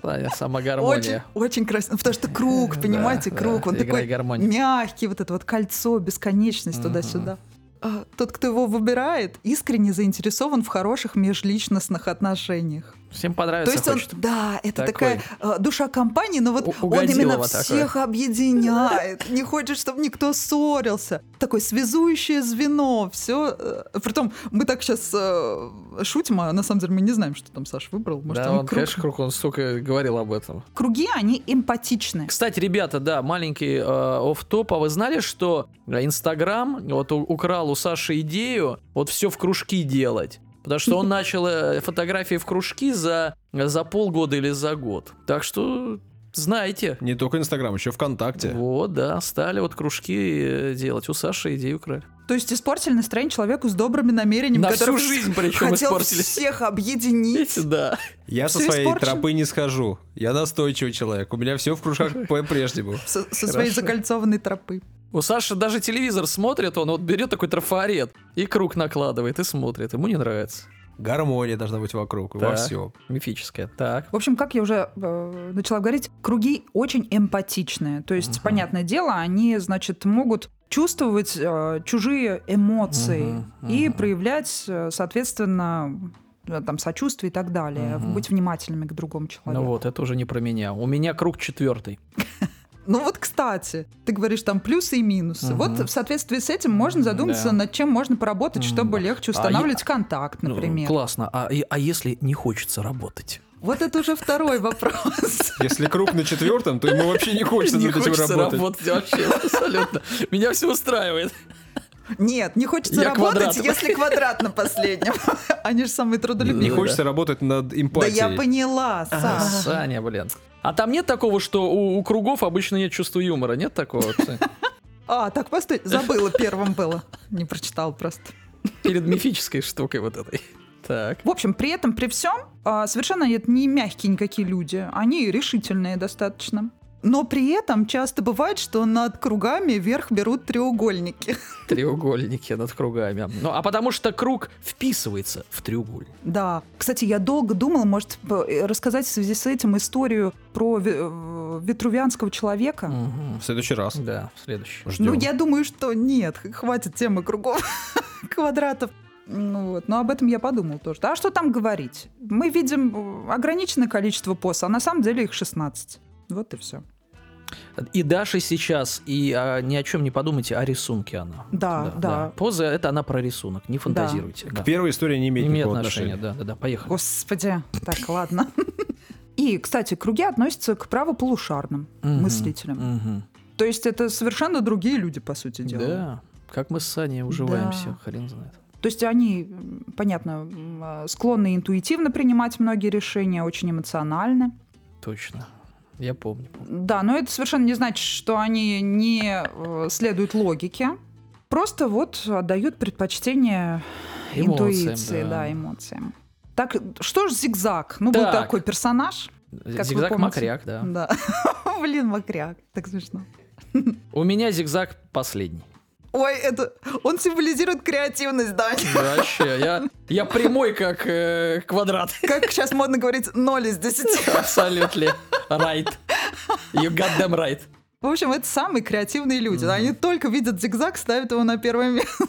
Speaker 2: Саня, сама
Speaker 4: Очень,
Speaker 2: гармония.
Speaker 4: очень красиво. Ну, Потому что круг,
Speaker 2: Да,
Speaker 4: понимаете, круг.
Speaker 2: да,
Speaker 4: Он
Speaker 2: играй
Speaker 4: такой
Speaker 2: гармонию.
Speaker 4: мягкий, вот это вот кольцо, бесконечность
Speaker 2: Мгм.
Speaker 4: туда-сюда. А Тот, кто его выбирает, искренне заинтересован в хороших межличностных отношениях.
Speaker 2: Всем
Speaker 4: То
Speaker 2: понравится,
Speaker 4: есть он,
Speaker 2: хочет.
Speaker 4: да, это
Speaker 2: Такой.
Speaker 4: такая э, душа компании, но вот
Speaker 2: У-
Speaker 4: он именно
Speaker 2: угодилово такое.
Speaker 4: всех объединяет, не хочет, чтобы никто ссорился. Такое связующее звено, все. Притом мы так сейчас шутим, а на самом деле мы не знаем, что там Саша выбрал. Может,
Speaker 2: Да,
Speaker 4: он
Speaker 2: он,
Speaker 4: круг.
Speaker 2: конечно, круг, он столько говорил об этом.
Speaker 4: Круги, они эмпатичны.
Speaker 2: Кстати, ребята, да, маленький офф топ А вы знали, что э, Инстаграм вот у- украл у Саши идею вот все в кружки делать? Потому что он начал э, фотографии в кружки за, за полгода или за год. Так что знаете.
Speaker 1: Не только Инстаграм, еще ВКонтакте.
Speaker 2: Вот, да, стали вот кружки э, делать. У Саши идею украли.
Speaker 4: То есть испортили настроение человеку с добрыми намерениями,
Speaker 2: На
Speaker 4: который
Speaker 2: всю жизнь причем
Speaker 4: хотел
Speaker 2: испортили.
Speaker 4: всех объединить.
Speaker 2: Видите, да.
Speaker 1: Я со
Speaker 4: Всё
Speaker 1: своей
Speaker 4: испорчено.
Speaker 1: тропы не схожу. Я настойчивый человек. У меня все в кружках по-прежнему.
Speaker 4: Со, со своей
Speaker 2: Хорошо.
Speaker 4: закольцованной тропы.
Speaker 2: У Саши даже телевизор смотрит, он вот берет такой трафарет и круг накладывает и смотрит. Ему не нравится.
Speaker 1: Гармония должна быть вокруг, во
Speaker 2: Так.
Speaker 1: всем.
Speaker 2: Мифическое. Так.
Speaker 4: В общем, как я уже э, начала говорить, круги очень эмпатичные. То есть,
Speaker 2: Мгм.
Speaker 4: понятное дело, они, значит, могут чувствовать э, чужие эмоции
Speaker 2: Мгм,
Speaker 4: и
Speaker 2: мгм.
Speaker 4: проявлять, э, соответственно, э, там, сочувствие и так далее.
Speaker 2: Мгм.
Speaker 4: Быть внимательными к другому человеку.
Speaker 2: Ну вот, это уже не про меня. У меня круг четвертый.
Speaker 4: Ну вот, кстати, ты говоришь там плюсы и минусы.
Speaker 2: Мгм.
Speaker 4: Вот в соответствии с этим можно задуматься,
Speaker 2: Да.
Speaker 4: над чем можно поработать,
Speaker 2: Мгм.
Speaker 4: чтобы
Speaker 2: А
Speaker 4: легче устанавливать контакт,
Speaker 2: Ну,
Speaker 4: например.
Speaker 2: классно. А, и- а если не хочется работать?
Speaker 4: вот это уже второй вопрос.
Speaker 1: Если круг на четвертом, то ему вообще не хочется
Speaker 2: не
Speaker 1: над этим
Speaker 2: хочется
Speaker 1: работать.
Speaker 2: работать вообще, абсолютно. Меня все устраивает.
Speaker 4: Нет, не хочется
Speaker 2: Я
Speaker 4: работать,
Speaker 2: квадратом.
Speaker 4: если квадрат на последнем. Они же самые
Speaker 1: Не
Speaker 4: трудолюбивые.
Speaker 1: хочется работать над
Speaker 4: Да я
Speaker 1: эмпатией.
Speaker 4: поняла,
Speaker 2: А,
Speaker 4: Саш.
Speaker 2: Саня, блин. А там нет такого, что у, у кругов обычно нет чувства юмора? Нет такого? Кстати?
Speaker 4: А, так, постой, забыла, первым было. Не прочитал просто.
Speaker 2: Перед мифической штукой вот этой. Так.
Speaker 4: В общем, при этом, при всем, а, совершенно это не мягкие никакие люди. Они решительные достаточно. Но при этом часто бывает, что над кругами вверх берут треугольники.
Speaker 2: Треугольники над кругами. Ну, а потому что круг вписывается в треугольник.
Speaker 4: Да. Кстати, я долго думала, может, п- э, рассказать в связи с этим историю про ве- э, ветрувянского человека.
Speaker 2: Мгм.
Speaker 1: В следующий раз.
Speaker 2: Да, следующий.
Speaker 1: Ждем.
Speaker 4: Ну, я думаю, что нет, х- хватит темы кругов квадратов. Ну Вот. Но об этом я подумал тоже. А что там говорить? Мы видим э, ограниченное количество пост, а на самом деле их 16. Вот и все.
Speaker 2: И Даша сейчас, и а, ни о чем не подумайте, о рисунке она.
Speaker 4: Да, да.
Speaker 2: Поза это она про рисунок, не фантазируйте. Да.
Speaker 1: К первой истории не имеет
Speaker 2: Не имеет
Speaker 1: никакого
Speaker 2: отношения,
Speaker 1: отношения.
Speaker 2: да, да, да, поехали.
Speaker 4: Господи. Так, ладно. И, кстати, круги относятся к правополушарным
Speaker 2: Мгм.
Speaker 4: мыслителям.
Speaker 2: Мгм.
Speaker 4: То есть это совершенно другие люди, по сути дела.
Speaker 2: Да, как мы с Саней уживаемся, хрен знает.
Speaker 4: То есть они, м, понятно, м, э, склонны интуитивно принимать многие решения, очень эмоциональны.
Speaker 2: Точно. Я помню.
Speaker 4: Да, но это совершенно не значит, что они не э, следуют логике. Просто вот отдают предпочтение
Speaker 2: Эмоциям,
Speaker 4: интуиции, да.
Speaker 2: да.
Speaker 4: эмоциям. Так, что ж зигзаг? Ну, был
Speaker 2: Так.
Speaker 4: такой персонаж. вы
Speaker 2: Зигзаг
Speaker 4: помните.
Speaker 2: Макряк, да.
Speaker 4: Да. Блин, мокряк. Так смешно.
Speaker 2: У меня зигзаг последний.
Speaker 4: Ой, это... Он символизирует креативность, да?
Speaker 2: Вообще, я, я прямой как э, квадрат.
Speaker 4: Как сейчас модно говорить, ноль из десяти.
Speaker 2: Абсолютно. Right. You got them right.
Speaker 4: В общем, это самые креативные люди. Они только видят зигзаг, ставят его на первое место.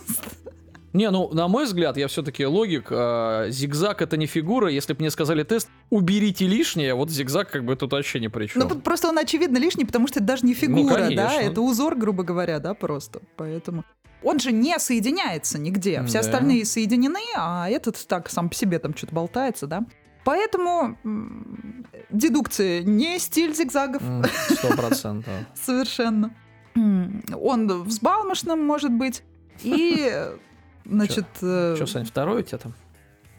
Speaker 2: Не, ну, на мой взгляд, я все-таки логик. а, зигзаг это не фигура. Если бы мне сказали тест, уберите лишнее, вот зигзаг как бы тут вообще ни при чем.
Speaker 4: Ну, просто он, очевидно, лишний, потому что это даже не фигура,
Speaker 2: Ну, конечно.
Speaker 4: да? Это узор, грубо говоря, да, просто. Поэтому... Он же не соединяется нигде. Все
Speaker 2: Да.
Speaker 4: остальные соединены, а этот так сам по себе там что-то болтается, да? Поэтому м, дедукция не стиль зигзагов.
Speaker 2: М, Сто процентов.
Speaker 4: Совершенно. М, Он взбалмошным может быть. И, э, значит... э,
Speaker 2: Че, Сань, второй у тебя там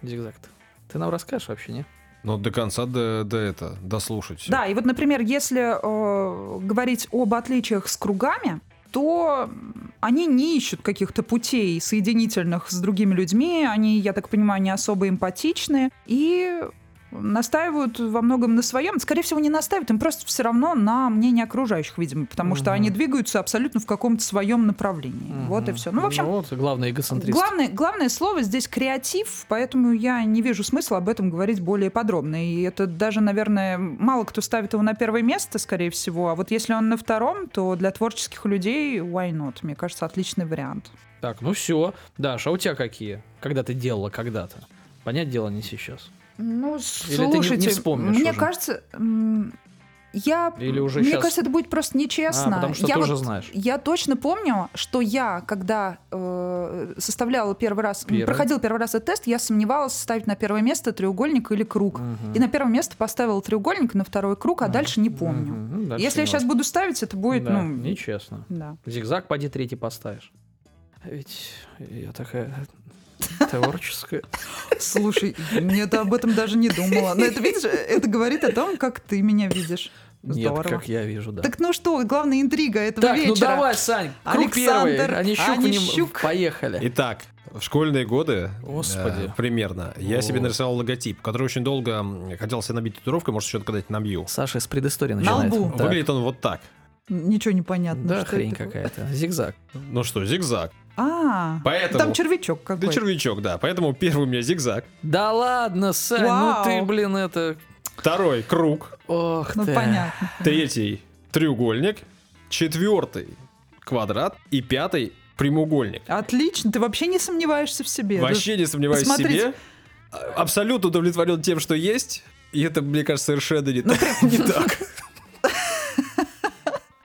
Speaker 2: зигзаг-то? Ты нам расскажешь вообще, не?
Speaker 1: Но до конца до, до это, дослушать. всё.
Speaker 4: Да, и вот, например, если э, говорить об отличиях с кругами, то м, они не ищут каких-то путей соединительных с другими людьми, они, я так понимаю, не особо эмпатичны и настаивают во многом на своем. Скорее всего, не настаивают, им просто все равно на мнение окружающих, видимо, потому что
Speaker 2: Мгм.
Speaker 4: они двигаются абсолютно в каком-то своем направлении. Вот и
Speaker 2: Мгм.
Speaker 4: все. Ну, в общем,
Speaker 2: вот, главное, эгоцентрист.
Speaker 4: Главное, главное слово здесь креатив, поэтому я не вижу смысла об этом говорить более подробно. И это даже, наверное, мало кто ставит его на первое место, скорее всего. А вот если он на втором, то для творческих людей why not? Мне кажется, отличный вариант.
Speaker 2: Так, ну все. Даша, а у тебя какие? Когда ты делала когда-то? Понятное дело, не сейчас.
Speaker 4: Ну,
Speaker 2: Или ты не- не слушайте, вспомнишь
Speaker 4: мне
Speaker 2: уже?
Speaker 4: кажется, м, я...
Speaker 2: Или уже
Speaker 4: мне
Speaker 2: щас?
Speaker 4: кажется, это будет просто нечестно.
Speaker 2: А, потому что
Speaker 4: я
Speaker 2: ты
Speaker 4: вот-
Speaker 2: уже знаешь.
Speaker 4: Я точно помню, что я, когда э, составляла первый раз,
Speaker 2: Первый.
Speaker 4: проходил первый раз этот тест, я сомневалась ставить на первое место треугольник или круг.
Speaker 2: Мгм.
Speaker 4: И на первое место поставила треугольник, на второй круг, а дальше не помню.
Speaker 2: Мгм, Ну, дальше
Speaker 4: Если я
Speaker 2: не
Speaker 4: сейчас
Speaker 2: важно.
Speaker 4: буду ставить, это будет,
Speaker 2: Да,
Speaker 4: ну,
Speaker 2: нечестно.
Speaker 4: да.
Speaker 2: Зигзаг поди третий поставишь. А Ведь я такая творческая.
Speaker 4: Слушай, нет, об этом даже не думала. Но это, видишь, это говорит о том, как ты меня видишь.
Speaker 2: Нет,
Speaker 4: Здорово.
Speaker 2: как я вижу, да.
Speaker 4: Так ну что, главная интрига этого
Speaker 2: Так,
Speaker 4: вечера.
Speaker 2: ну давай, Сань, круг
Speaker 4: Александр
Speaker 2: первый. Онищук, в нем-
Speaker 4: Онищук.
Speaker 2: поехали.
Speaker 1: Итак, в школьные годы
Speaker 2: Господи.
Speaker 1: э, примерно я
Speaker 2: О.
Speaker 1: себе нарисовал логотип, который очень долго м, хотел себе набить татуировкой, может, еще когда-нибудь набью.
Speaker 2: Саша с предыстории
Speaker 4: На
Speaker 2: начинает.
Speaker 4: лбу.
Speaker 2: Так.
Speaker 1: Выглядит он вот так.
Speaker 4: Ничего не понятно.
Speaker 2: Да,
Speaker 4: что
Speaker 2: хрень
Speaker 4: это такое.
Speaker 2: какая-то. Зигзаг.
Speaker 1: Ну что, зигзаг.
Speaker 4: А,
Speaker 1: Поэтому-
Speaker 4: там червячок
Speaker 1: Да
Speaker 4: какой-то.
Speaker 1: червячок, да. Поэтому первый у меня зигзаг,
Speaker 2: Да ладно, Сань,
Speaker 4: Вау.
Speaker 2: ну ты, блин, это...
Speaker 1: второй круг,
Speaker 2: Ох
Speaker 4: Ну
Speaker 2: ты.
Speaker 4: понятно.
Speaker 1: третий треугольник, четвертый квадрат и пятый прямоугольник.
Speaker 4: Отлично, ты вообще не сомневаешься в себе. Ну,
Speaker 1: Вообще не сомневаюсь
Speaker 4: посмотрите.
Speaker 1: в себе. А- Абсолютно удовлетворен тем, что
Speaker 4: Ну,
Speaker 1: есть. И это, мне кажется, совершенно не так. Не так.
Speaker 4: Да.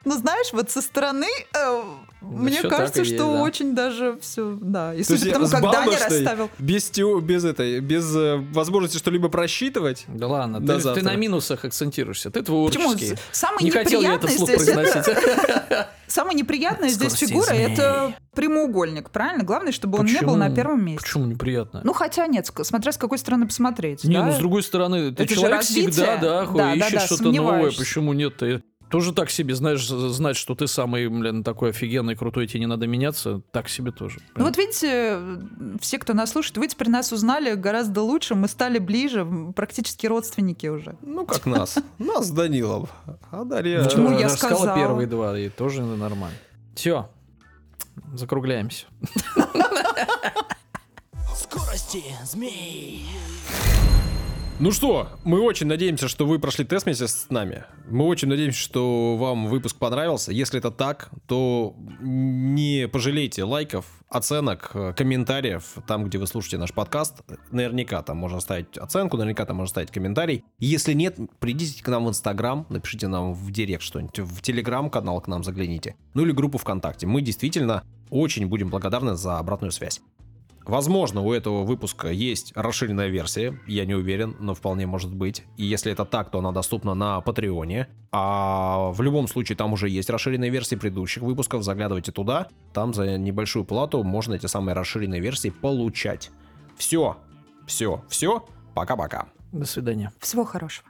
Speaker 4: Ну, Но знаешь, вот со стороны, э, мне
Speaker 2: Ну, всё
Speaker 4: кажется,
Speaker 2: так и есть,
Speaker 4: что
Speaker 2: да.
Speaker 4: очень даже все, да. И
Speaker 1: То
Speaker 4: судя
Speaker 1: есть
Speaker 4: по тому,
Speaker 1: с
Speaker 4: как Даня
Speaker 1: бабушкой,
Speaker 4: расставил.
Speaker 1: Без, тео- без этой, без э, возможности что-либо просчитывать.
Speaker 2: Да ладно,
Speaker 1: До
Speaker 2: ты, ты
Speaker 1: завтра.
Speaker 2: на минусах акцентируешься. Ты
Speaker 4: Почему?
Speaker 2: творческий.
Speaker 4: Самое
Speaker 2: Не хотел я это
Speaker 4: неприятное
Speaker 2: слух
Speaker 4: здесь это-
Speaker 2: произносить.
Speaker 4: Самая неприятная здесь
Speaker 2: Скорости
Speaker 4: фигура
Speaker 2: змеи.
Speaker 4: это прямоугольник, правильно? Главное, чтобы он не
Speaker 2: Почему?
Speaker 4: был на первом месте.
Speaker 2: Почему неприятно?
Speaker 4: Ну хотя нет, ск- смотря с какой стороны посмотреть.
Speaker 2: Не,
Speaker 4: да?
Speaker 2: ну с другой стороны, ты
Speaker 4: Это же
Speaker 2: человек
Speaker 4: развитие.
Speaker 2: всегда, да, хуй,
Speaker 4: Да, да,
Speaker 2: ищешь
Speaker 4: да,
Speaker 2: что-то новое,
Speaker 4: сомневаешься.
Speaker 2: почему нет? Ты тоже так себе, знаешь, з- знать, что ты самый, блин, такой офигенный, крутой, тебе не надо меняться, так себе тоже.
Speaker 4: Ну вот видите, э, все, кто нас слушает, вы теперь нас узнали гораздо лучше, мы стали ближе, м, практически родственники уже.
Speaker 1: Ну, как нас. Нас с Данилом. А
Speaker 2: Ну,
Speaker 1: Дарья...
Speaker 4: Почему
Speaker 1: э,
Speaker 4: я
Speaker 2: рассказала
Speaker 4: сказала?
Speaker 2: первые два, и тоже нормально. Все, закругляемся.
Speaker 5: Скорости змей.
Speaker 1: Ну что, мы очень надеемся, что вы прошли тест вместе с нами. Мы очень надеемся, что вам выпуск понравился. Если это так, то не пожалейте лайков, оценок, э, комментариев там, где вы слушаете наш подкаст. Наверняка там можно ставить оценку, наверняка там можно ставить комментарий. Если нет, придите к нам в Инстаграм, напишите нам в Директ что-нибудь, в Телеграм-канал к нам загляните. Ну или группу ВКонтакте. Мы действительно очень будем благодарны за обратную связь. Возможно, у этого выпуска есть расширенная версия, я не уверен, но вполне может быть. И если это так, то она доступна на Патреоне. А в любом случае там уже есть расширенные версии предыдущих выпусков, заглядывайте туда. Там за небольшую плату можно эти самые расширенные версии получать. Все, все, все, пока-пока.
Speaker 2: До свидания.
Speaker 4: Всего хорошего.